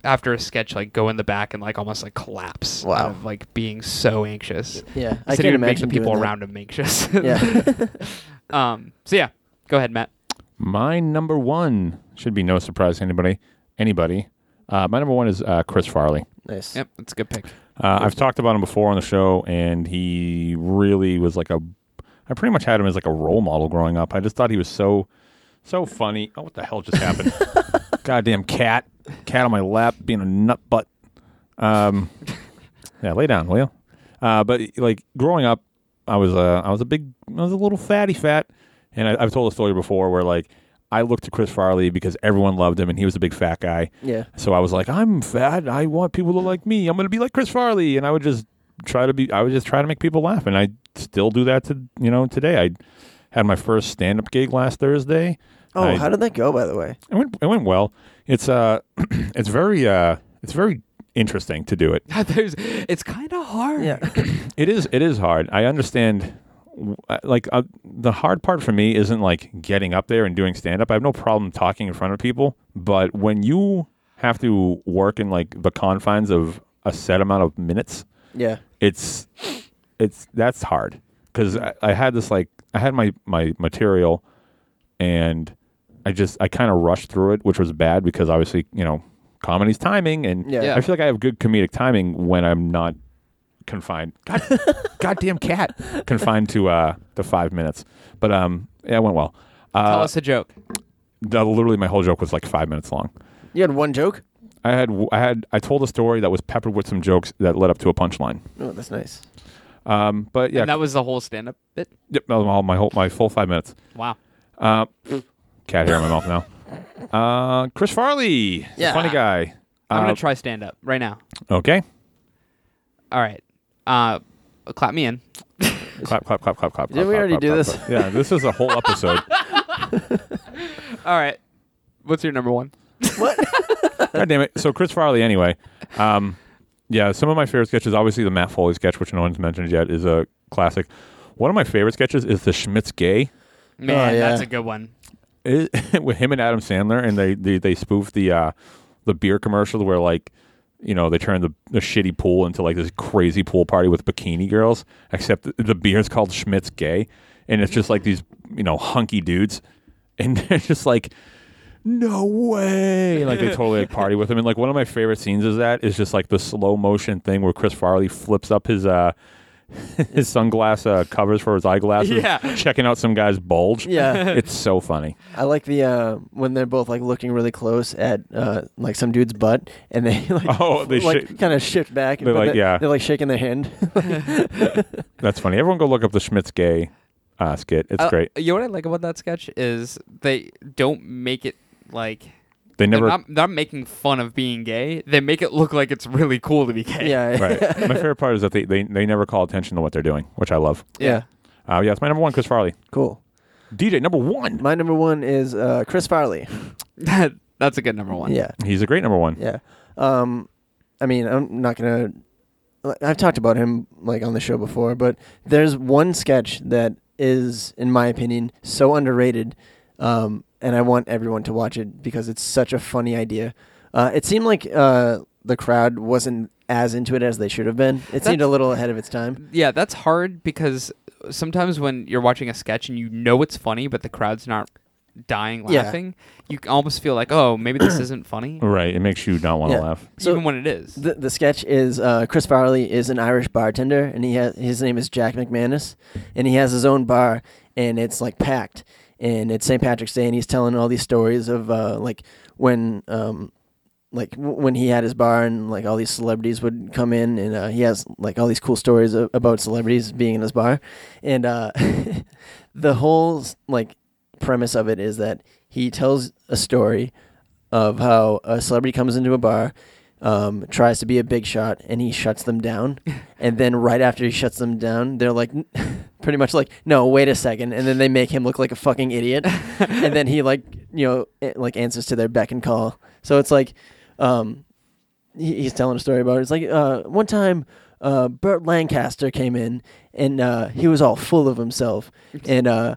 S2: after a sketch like go in the back and like almost like collapse out
S3: Wow.
S2: of like being so anxious. He
S3: yeah. I
S2: said
S3: can't
S2: he would make the
S3: imagine
S2: people
S3: doing that.
S2: around him anxious.
S3: Yeah,
S2: um. So yeah, go ahead, Matt.
S1: My number one should be no surprise to anybody. Anybody. Uh, my number one is uh, Chris Farley.
S3: nice.
S2: Yep, that's a good pick.
S1: Uh, I've talked about him before on the show, and he really was like a. I pretty much had him as like a role model growing up. I just thought he was so, so funny. Oh, what the hell just happened? Goddamn cat, cat on my lap, being a nut butt. Um, yeah, lay down, will you? Uh, but like growing up, I was a I was a big I was a little fatty fat, and I, I've told a story before where like I looked to Chris Farley because everyone loved him and he was a big fat guy.
S3: Yeah,
S1: So I was like, I'm fat. I want people to like me. I'm going to be like Chris Farley, and I would just try to be. I would just try to make people laugh, and I still do that to you know today. I had my first stand up gig last Thursday.
S3: Oh,
S1: I,
S3: how did that go? By the way,
S1: it went it went well. It's uh, it's very uh, it's very interesting to do it.
S2: There's, it's kind of hard.
S3: yeah,
S1: It is. It is hard. I understand. w- uh, Like uh, the hard part for me isn't like getting up there and doing stand up. I have no problem talking in front of people, but when you have to work in like the confines of a set amount of minutes,
S3: yeah,
S1: it's it's that's hard because I, I had this like I had my my material and I just I kind of rushed through it, which was bad because obviously you know comedy's timing and
S3: Yeah. Yeah.
S1: I feel like I have good comedic timing when I'm not confined. God, goddamn cat confined to uh the five minutes, but um yeah, it went well.
S2: Tell
S1: Uh,
S2: us a joke.
S1: the, literally, my whole joke was like five minutes long.
S3: You had one joke.
S1: I had I had I told a story that was peppered with some jokes that led up to a punchline.
S3: Oh, that's nice.
S1: Um, but yeah,
S2: And that was the whole stand-up bit.
S1: Yep, that was my whole, my whole my full five minutes.
S2: Wow.
S1: Uh, cat hair in my mouth now. Uh, Chris Farley,
S3: Yeah.
S1: funny guy.
S2: I'm
S1: Uh,
S2: gonna try stand up right now.
S1: okay,
S2: All right. Uh, clap me in.
S1: clap, clap, clap, clap, clap.
S3: Didn't we
S1: clap,
S3: already
S1: clap,
S3: do
S1: clap,
S3: this?
S1: clap. Yeah, this is a whole episode.
S2: All right. What's your number one?
S1: God damn it. So Chris Farley, anyway. Um, yeah, some of my favorite sketches, obviously the Matt Foley sketch, which no one's mentioned yet, is a classic. One of my favorite sketches is the Schmitz Gay. Oh,
S2: Man,
S3: yeah.
S2: that's a good one.
S1: it, with him and Adam Sandler, and they they, they spoofed the uh, the beer commercial where like you know they turned the, the shitty pool into like this crazy pool party with bikini girls. Except the, the beer's called Schmidt's Gay, and it's just like these you know hunky dudes, and they're just like. No way! Like they totally like party with him, and like one of my favorite scenes is that is just like the slow motion thing where Chris Farley flips up his uh his sunglass uh, covers for his eyeglasses,
S2: Yeah.
S1: checking out some guy's bulge.
S3: Yeah.
S1: it's so funny.
S3: I like the uh, when they're both like looking really close at uh, like some dude's butt, and they like
S1: Oh, they
S3: like
S1: shake-
S3: kind of shift back.
S1: They're
S3: but
S1: like,
S3: they-
S1: yeah.
S3: they're like shaking their hand.
S1: That's funny. Everyone go look up the Schmitz gay uh, skit. It's
S2: Uh,
S1: great.
S2: You know what I like about that sketch is they don't make it like
S1: They
S2: they're
S1: never.
S2: not, they're not making fun of being gay. They make it look like it's really cool to be gay.
S3: yeah,
S1: right. My favorite part is that they, they, they never call attention to what they're doing, which I love.
S3: yeah,
S1: Uh, yeah, it's my number one, Chris Farley.
S3: cool.
S1: DJ number one.
S3: My number one is uh, Chris Farley.
S2: That, that's a good number one.
S3: Yeah,
S1: He's a great number one.
S3: yeah. Um, I mean, I'm not gonna. I've talked about him like on the show before, but there's one sketch that is, in my opinion, so underrated, um, and I want everyone to watch it because it's such a funny idea. Uh, it seemed like uh, the crowd wasn't as into it as they should have been. It seemed a little ahead of its time.
S2: Yeah, that's hard because sometimes when you're watching a sketch and you know it's funny, but the crowd's not dying
S3: Yeah.
S2: laughing, you almost feel like, oh, maybe this isn't funny,
S1: Right. It makes you not want to
S3: Yeah.
S1: laugh.
S3: So-
S2: even when it is.
S3: The, the sketch is uh, Chris Farley is an Irish bartender, and he has his name is Jack McManus, and he has his own bar, and it's like packed, and it's St. Patrick's Day, and he's telling all these stories of uh, like when um, like w- when he had his bar, and like all these celebrities would come in, and uh, he has like all these cool stories a- about celebrities being in his bar, and uh, the whole s- like premise of it is that he tells a story of how a celebrity comes into a bar um, tries to be a big shot and he shuts them down. and then right after he shuts them down, they're like, pretty much like, no, wait a second. And then they make him look like a fucking idiot. and then he like, you know, it, like answers to their beck and call. So it's like, um, he, he's telling a story about it. It's like uh, one time uh, Burt Lancaster came in and uh, he was all full of himself and uh,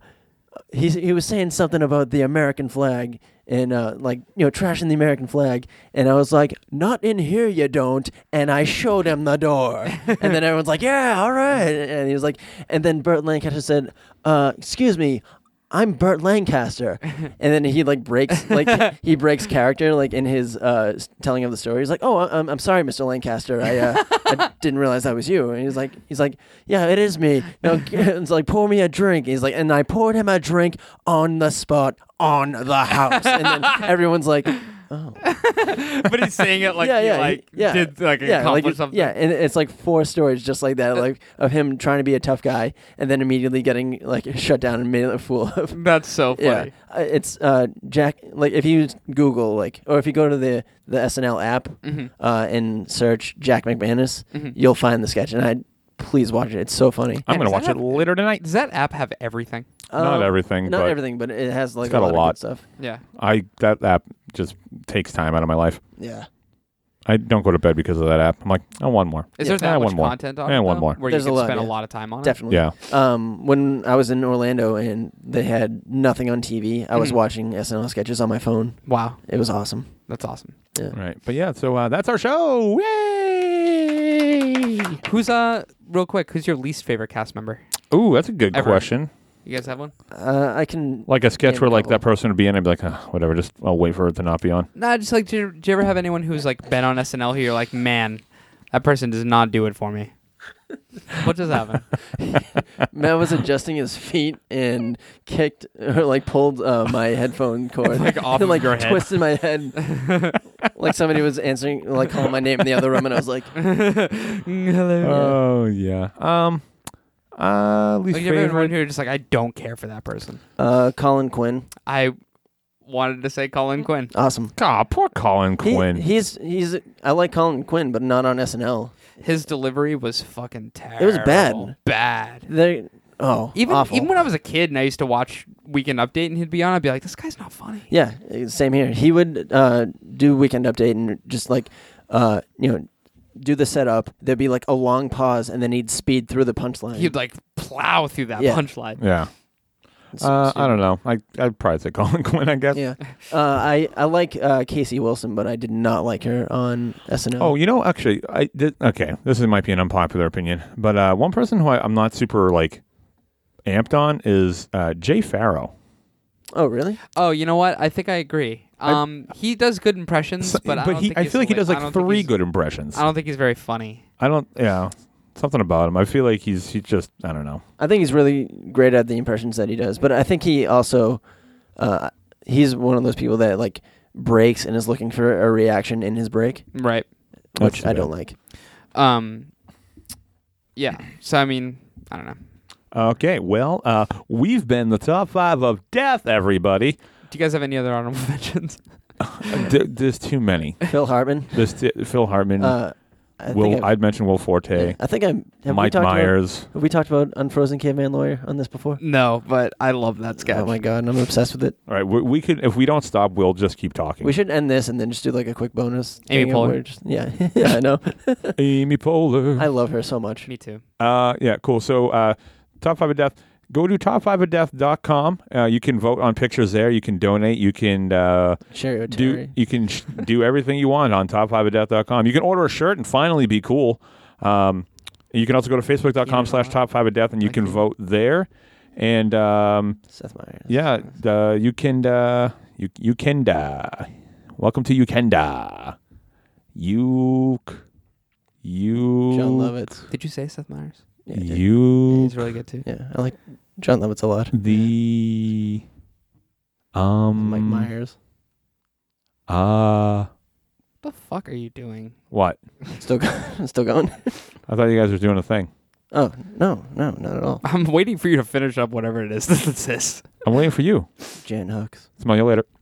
S3: he he was saying something about the American flag and uh, like you know trashing the American flag and I was like not in here you don't and I showed him the door and then everyone's like yeah all right and he was like and then Burt Lancaster said uh, excuse me I'm Burt Lancaster. And then he like breaks like he breaks character like in his uh, s- telling of the story. He's like, "Oh, I- I'm, I'm sorry, Mr. Lancaster. I, uh, I didn't realize that was you." And he's like, he's like, "Yeah, it is me." No, it's like, "Pour me a drink." He's like, and I poured him a drink on the spot on the house. And then everyone's like, "Oh,
S2: but he's saying it like
S3: yeah,
S2: he
S3: yeah,
S2: like
S3: he- yeah,
S2: did like
S3: yeah,
S2: accomplish
S3: like,
S2: something.
S3: Yeah, and it's like four stories just like that, like of him trying to be a tough guy and then immediately getting like shut down and made a fool of.
S2: That's so funny.
S3: Yeah, Uh, it's uh, Jack. Like if you Google like, or if you go to the the SNL app
S2: Mm-hmm.
S3: uh, and search Jack McManus, you'll find the sketch. And I please watch it. It's so funny.
S1: I'm gonna
S2: does
S1: watch it
S2: that have- uh,
S1: later tonight.
S2: Does that app have everything?
S1: Not
S3: Um,
S1: everything,
S3: Not
S1: but
S3: everything, but it has like
S1: it's got a
S3: of good
S1: lot.
S3: stuff.
S2: Yeah.
S1: I that app just takes time out of my life.
S3: Yeah.
S1: I don't go to bed because of that app. I'm like, I want more.
S2: Is
S3: Yeah.
S2: there that
S1: Eh,
S2: much
S1: one more.
S2: content on
S1: Eh,
S2: it?
S1: one
S2: though,
S1: more.
S2: Where
S3: There's
S2: you
S3: a
S2: can
S3: lot,
S2: spend a
S3: yeah.
S2: lot of time on it.
S3: Definitely.
S1: Yeah.
S3: Um, when I was in Orlando and they had nothing on TV, I
S1: Mm-hmm.
S3: was watching SNL sketches on my phone.
S2: Wow.
S3: It was awesome.
S2: That's awesome.
S1: Right. But yeah, so uh, that's our show. Yay!
S2: Who's uh real quick, who's your least favorite cast member?
S1: Ooh, that's a good
S2: Ever.
S1: question.
S2: You guys have one?
S3: Uh, I can.
S1: Like a sketch
S3: Yeah,
S1: where like that
S3: couple.
S1: person would be in and I'd be like, "Ah, whatever, just I'll wait for it to not be on.
S2: Nah, just like do you, do you ever have anyone who's like been on SNL who you're like, man, that person does not do it for me. what does happen?
S3: Matt was adjusting his feet and kicked or like pulled uh, my headphone cord,
S2: Like, off of
S3: and like
S2: your head.
S3: twisted my head, like somebody was answering, like calling my name in the other room, and I was like,
S2: Hello.
S1: Oh yeah. Um. Uh. Least
S2: like you ever have
S1: favorite.
S2: anyone who just like I don't care for that person.
S3: uh, "Colin Quinn,
S2: I wanted to say Colin Quinn.
S3: awesome."
S1: Aw, poor Colin
S3: He-
S1: Quinn.
S3: he's he's I like Colin Quinn, but not on SNL.
S2: His delivery was fucking terrible.
S3: was bad.
S2: Bad.
S3: They oh
S2: Even
S3: awful.
S2: even when I was a kid and I used to watch Weekend Update and he'd be on, I'd be like, this guy's not funny.
S3: Yeah, eh, same here. He would uh, do weekend update and just like, uh, you know, do the setup. There'd be like a long pause, and then he'd speed through the punchline.
S2: He'd like plow through that
S3: Yeah.
S2: punchline.
S1: yeah.
S3: It's so
S1: Uh, I
S3: stupid.
S1: don't know. I I'd probably say Colin Quinn. I guess.
S3: Yeah, uh, I I like uh, Casey Wilson, but I did not like her on SNL.
S1: Oh, you know, actually, I did. Okay, this is, might be an unpopular opinion, but uh, one person who I, I'm not super like amped on is uh, Jay Farrow.
S3: oh really?
S2: Oh, you know what? I think I agree. Um, he does good impressions,
S1: So-
S2: but, I, don't
S1: he,
S2: think
S1: I
S2: he's
S1: feel like he
S2: hilarious.
S1: does
S2: I
S1: like
S2: don't think
S1: three
S2: he's-
S1: good impressions.
S2: I don't think he's very funny.
S1: I don't. Yeah, something about him. I feel like he's he just. I don't know.
S3: I think he's really great at the impressions that he does, but I think he also, uh, he's one of those people that like breaks and is looking for a reaction in his break,
S2: Right.
S1: That's
S3: which
S1: too
S3: I
S1: bad.
S3: don't like.
S2: Um. Yeah. So I mean, I don't know.
S1: Okay, well, uh, we've been the top five of death, everybody.
S2: Do you guys have any other honorable mentions?
S1: There- there's too many.
S3: Phil Hartman.
S1: There's t- Phil Hartman.
S3: Uh, I think
S1: Will
S3: I,
S1: I'd mention Will Forte,
S3: I think I'm. Have we
S1: Mike
S3: talked about-
S1: Myers.
S3: Have we talked about Unfrozen Caveman Lawyer on this before?
S2: No, but I love that sketch.
S3: Oh my god, I'm obsessed with it.
S1: All right, we, we could if we don't stop, we'll just keep talking.
S3: We should end this and then just do like a quick bonus.
S2: Amy
S3: thing
S2: Poehler.
S3: where just- yeah, yeah, I know.
S1: Amy Poehler.
S3: I love her so much.
S2: Me too.
S1: Uh, yeah, cool. So, uh, top five of death. Go to top5ofdeath.com. Uh, you can vote on pictures there. You can donate. You can uh,
S3: Sherry
S1: do
S3: O'Terry.
S1: you can sh- do everything you want on top5ofdeath.com. You can order a shirt and finally be cool. Um, you can also go to facebook.com slash top five of death and you can vote there. And um,
S3: Seth Meyers.
S1: yeah, uh, you can uh, you you can da. Welcome to Ukenda. You you
S3: John Lovitz.
S2: Did you say Seth Meyers?
S3: Yeah, I did.
S1: you
S2: He's really good too.
S3: yeah, I like John Lovitz a lot.
S1: the um
S3: Mike Myers.
S1: uh
S2: What the fuck are you doing?
S1: what
S3: Still, go- still going.
S1: i thought you guys were doing a thing
S3: Oh no, no, not at all.
S2: I'm waiting for you to finish up whatever it is that this is.
S1: i'm waiting for you
S3: Jan Hooks.
S1: smell you later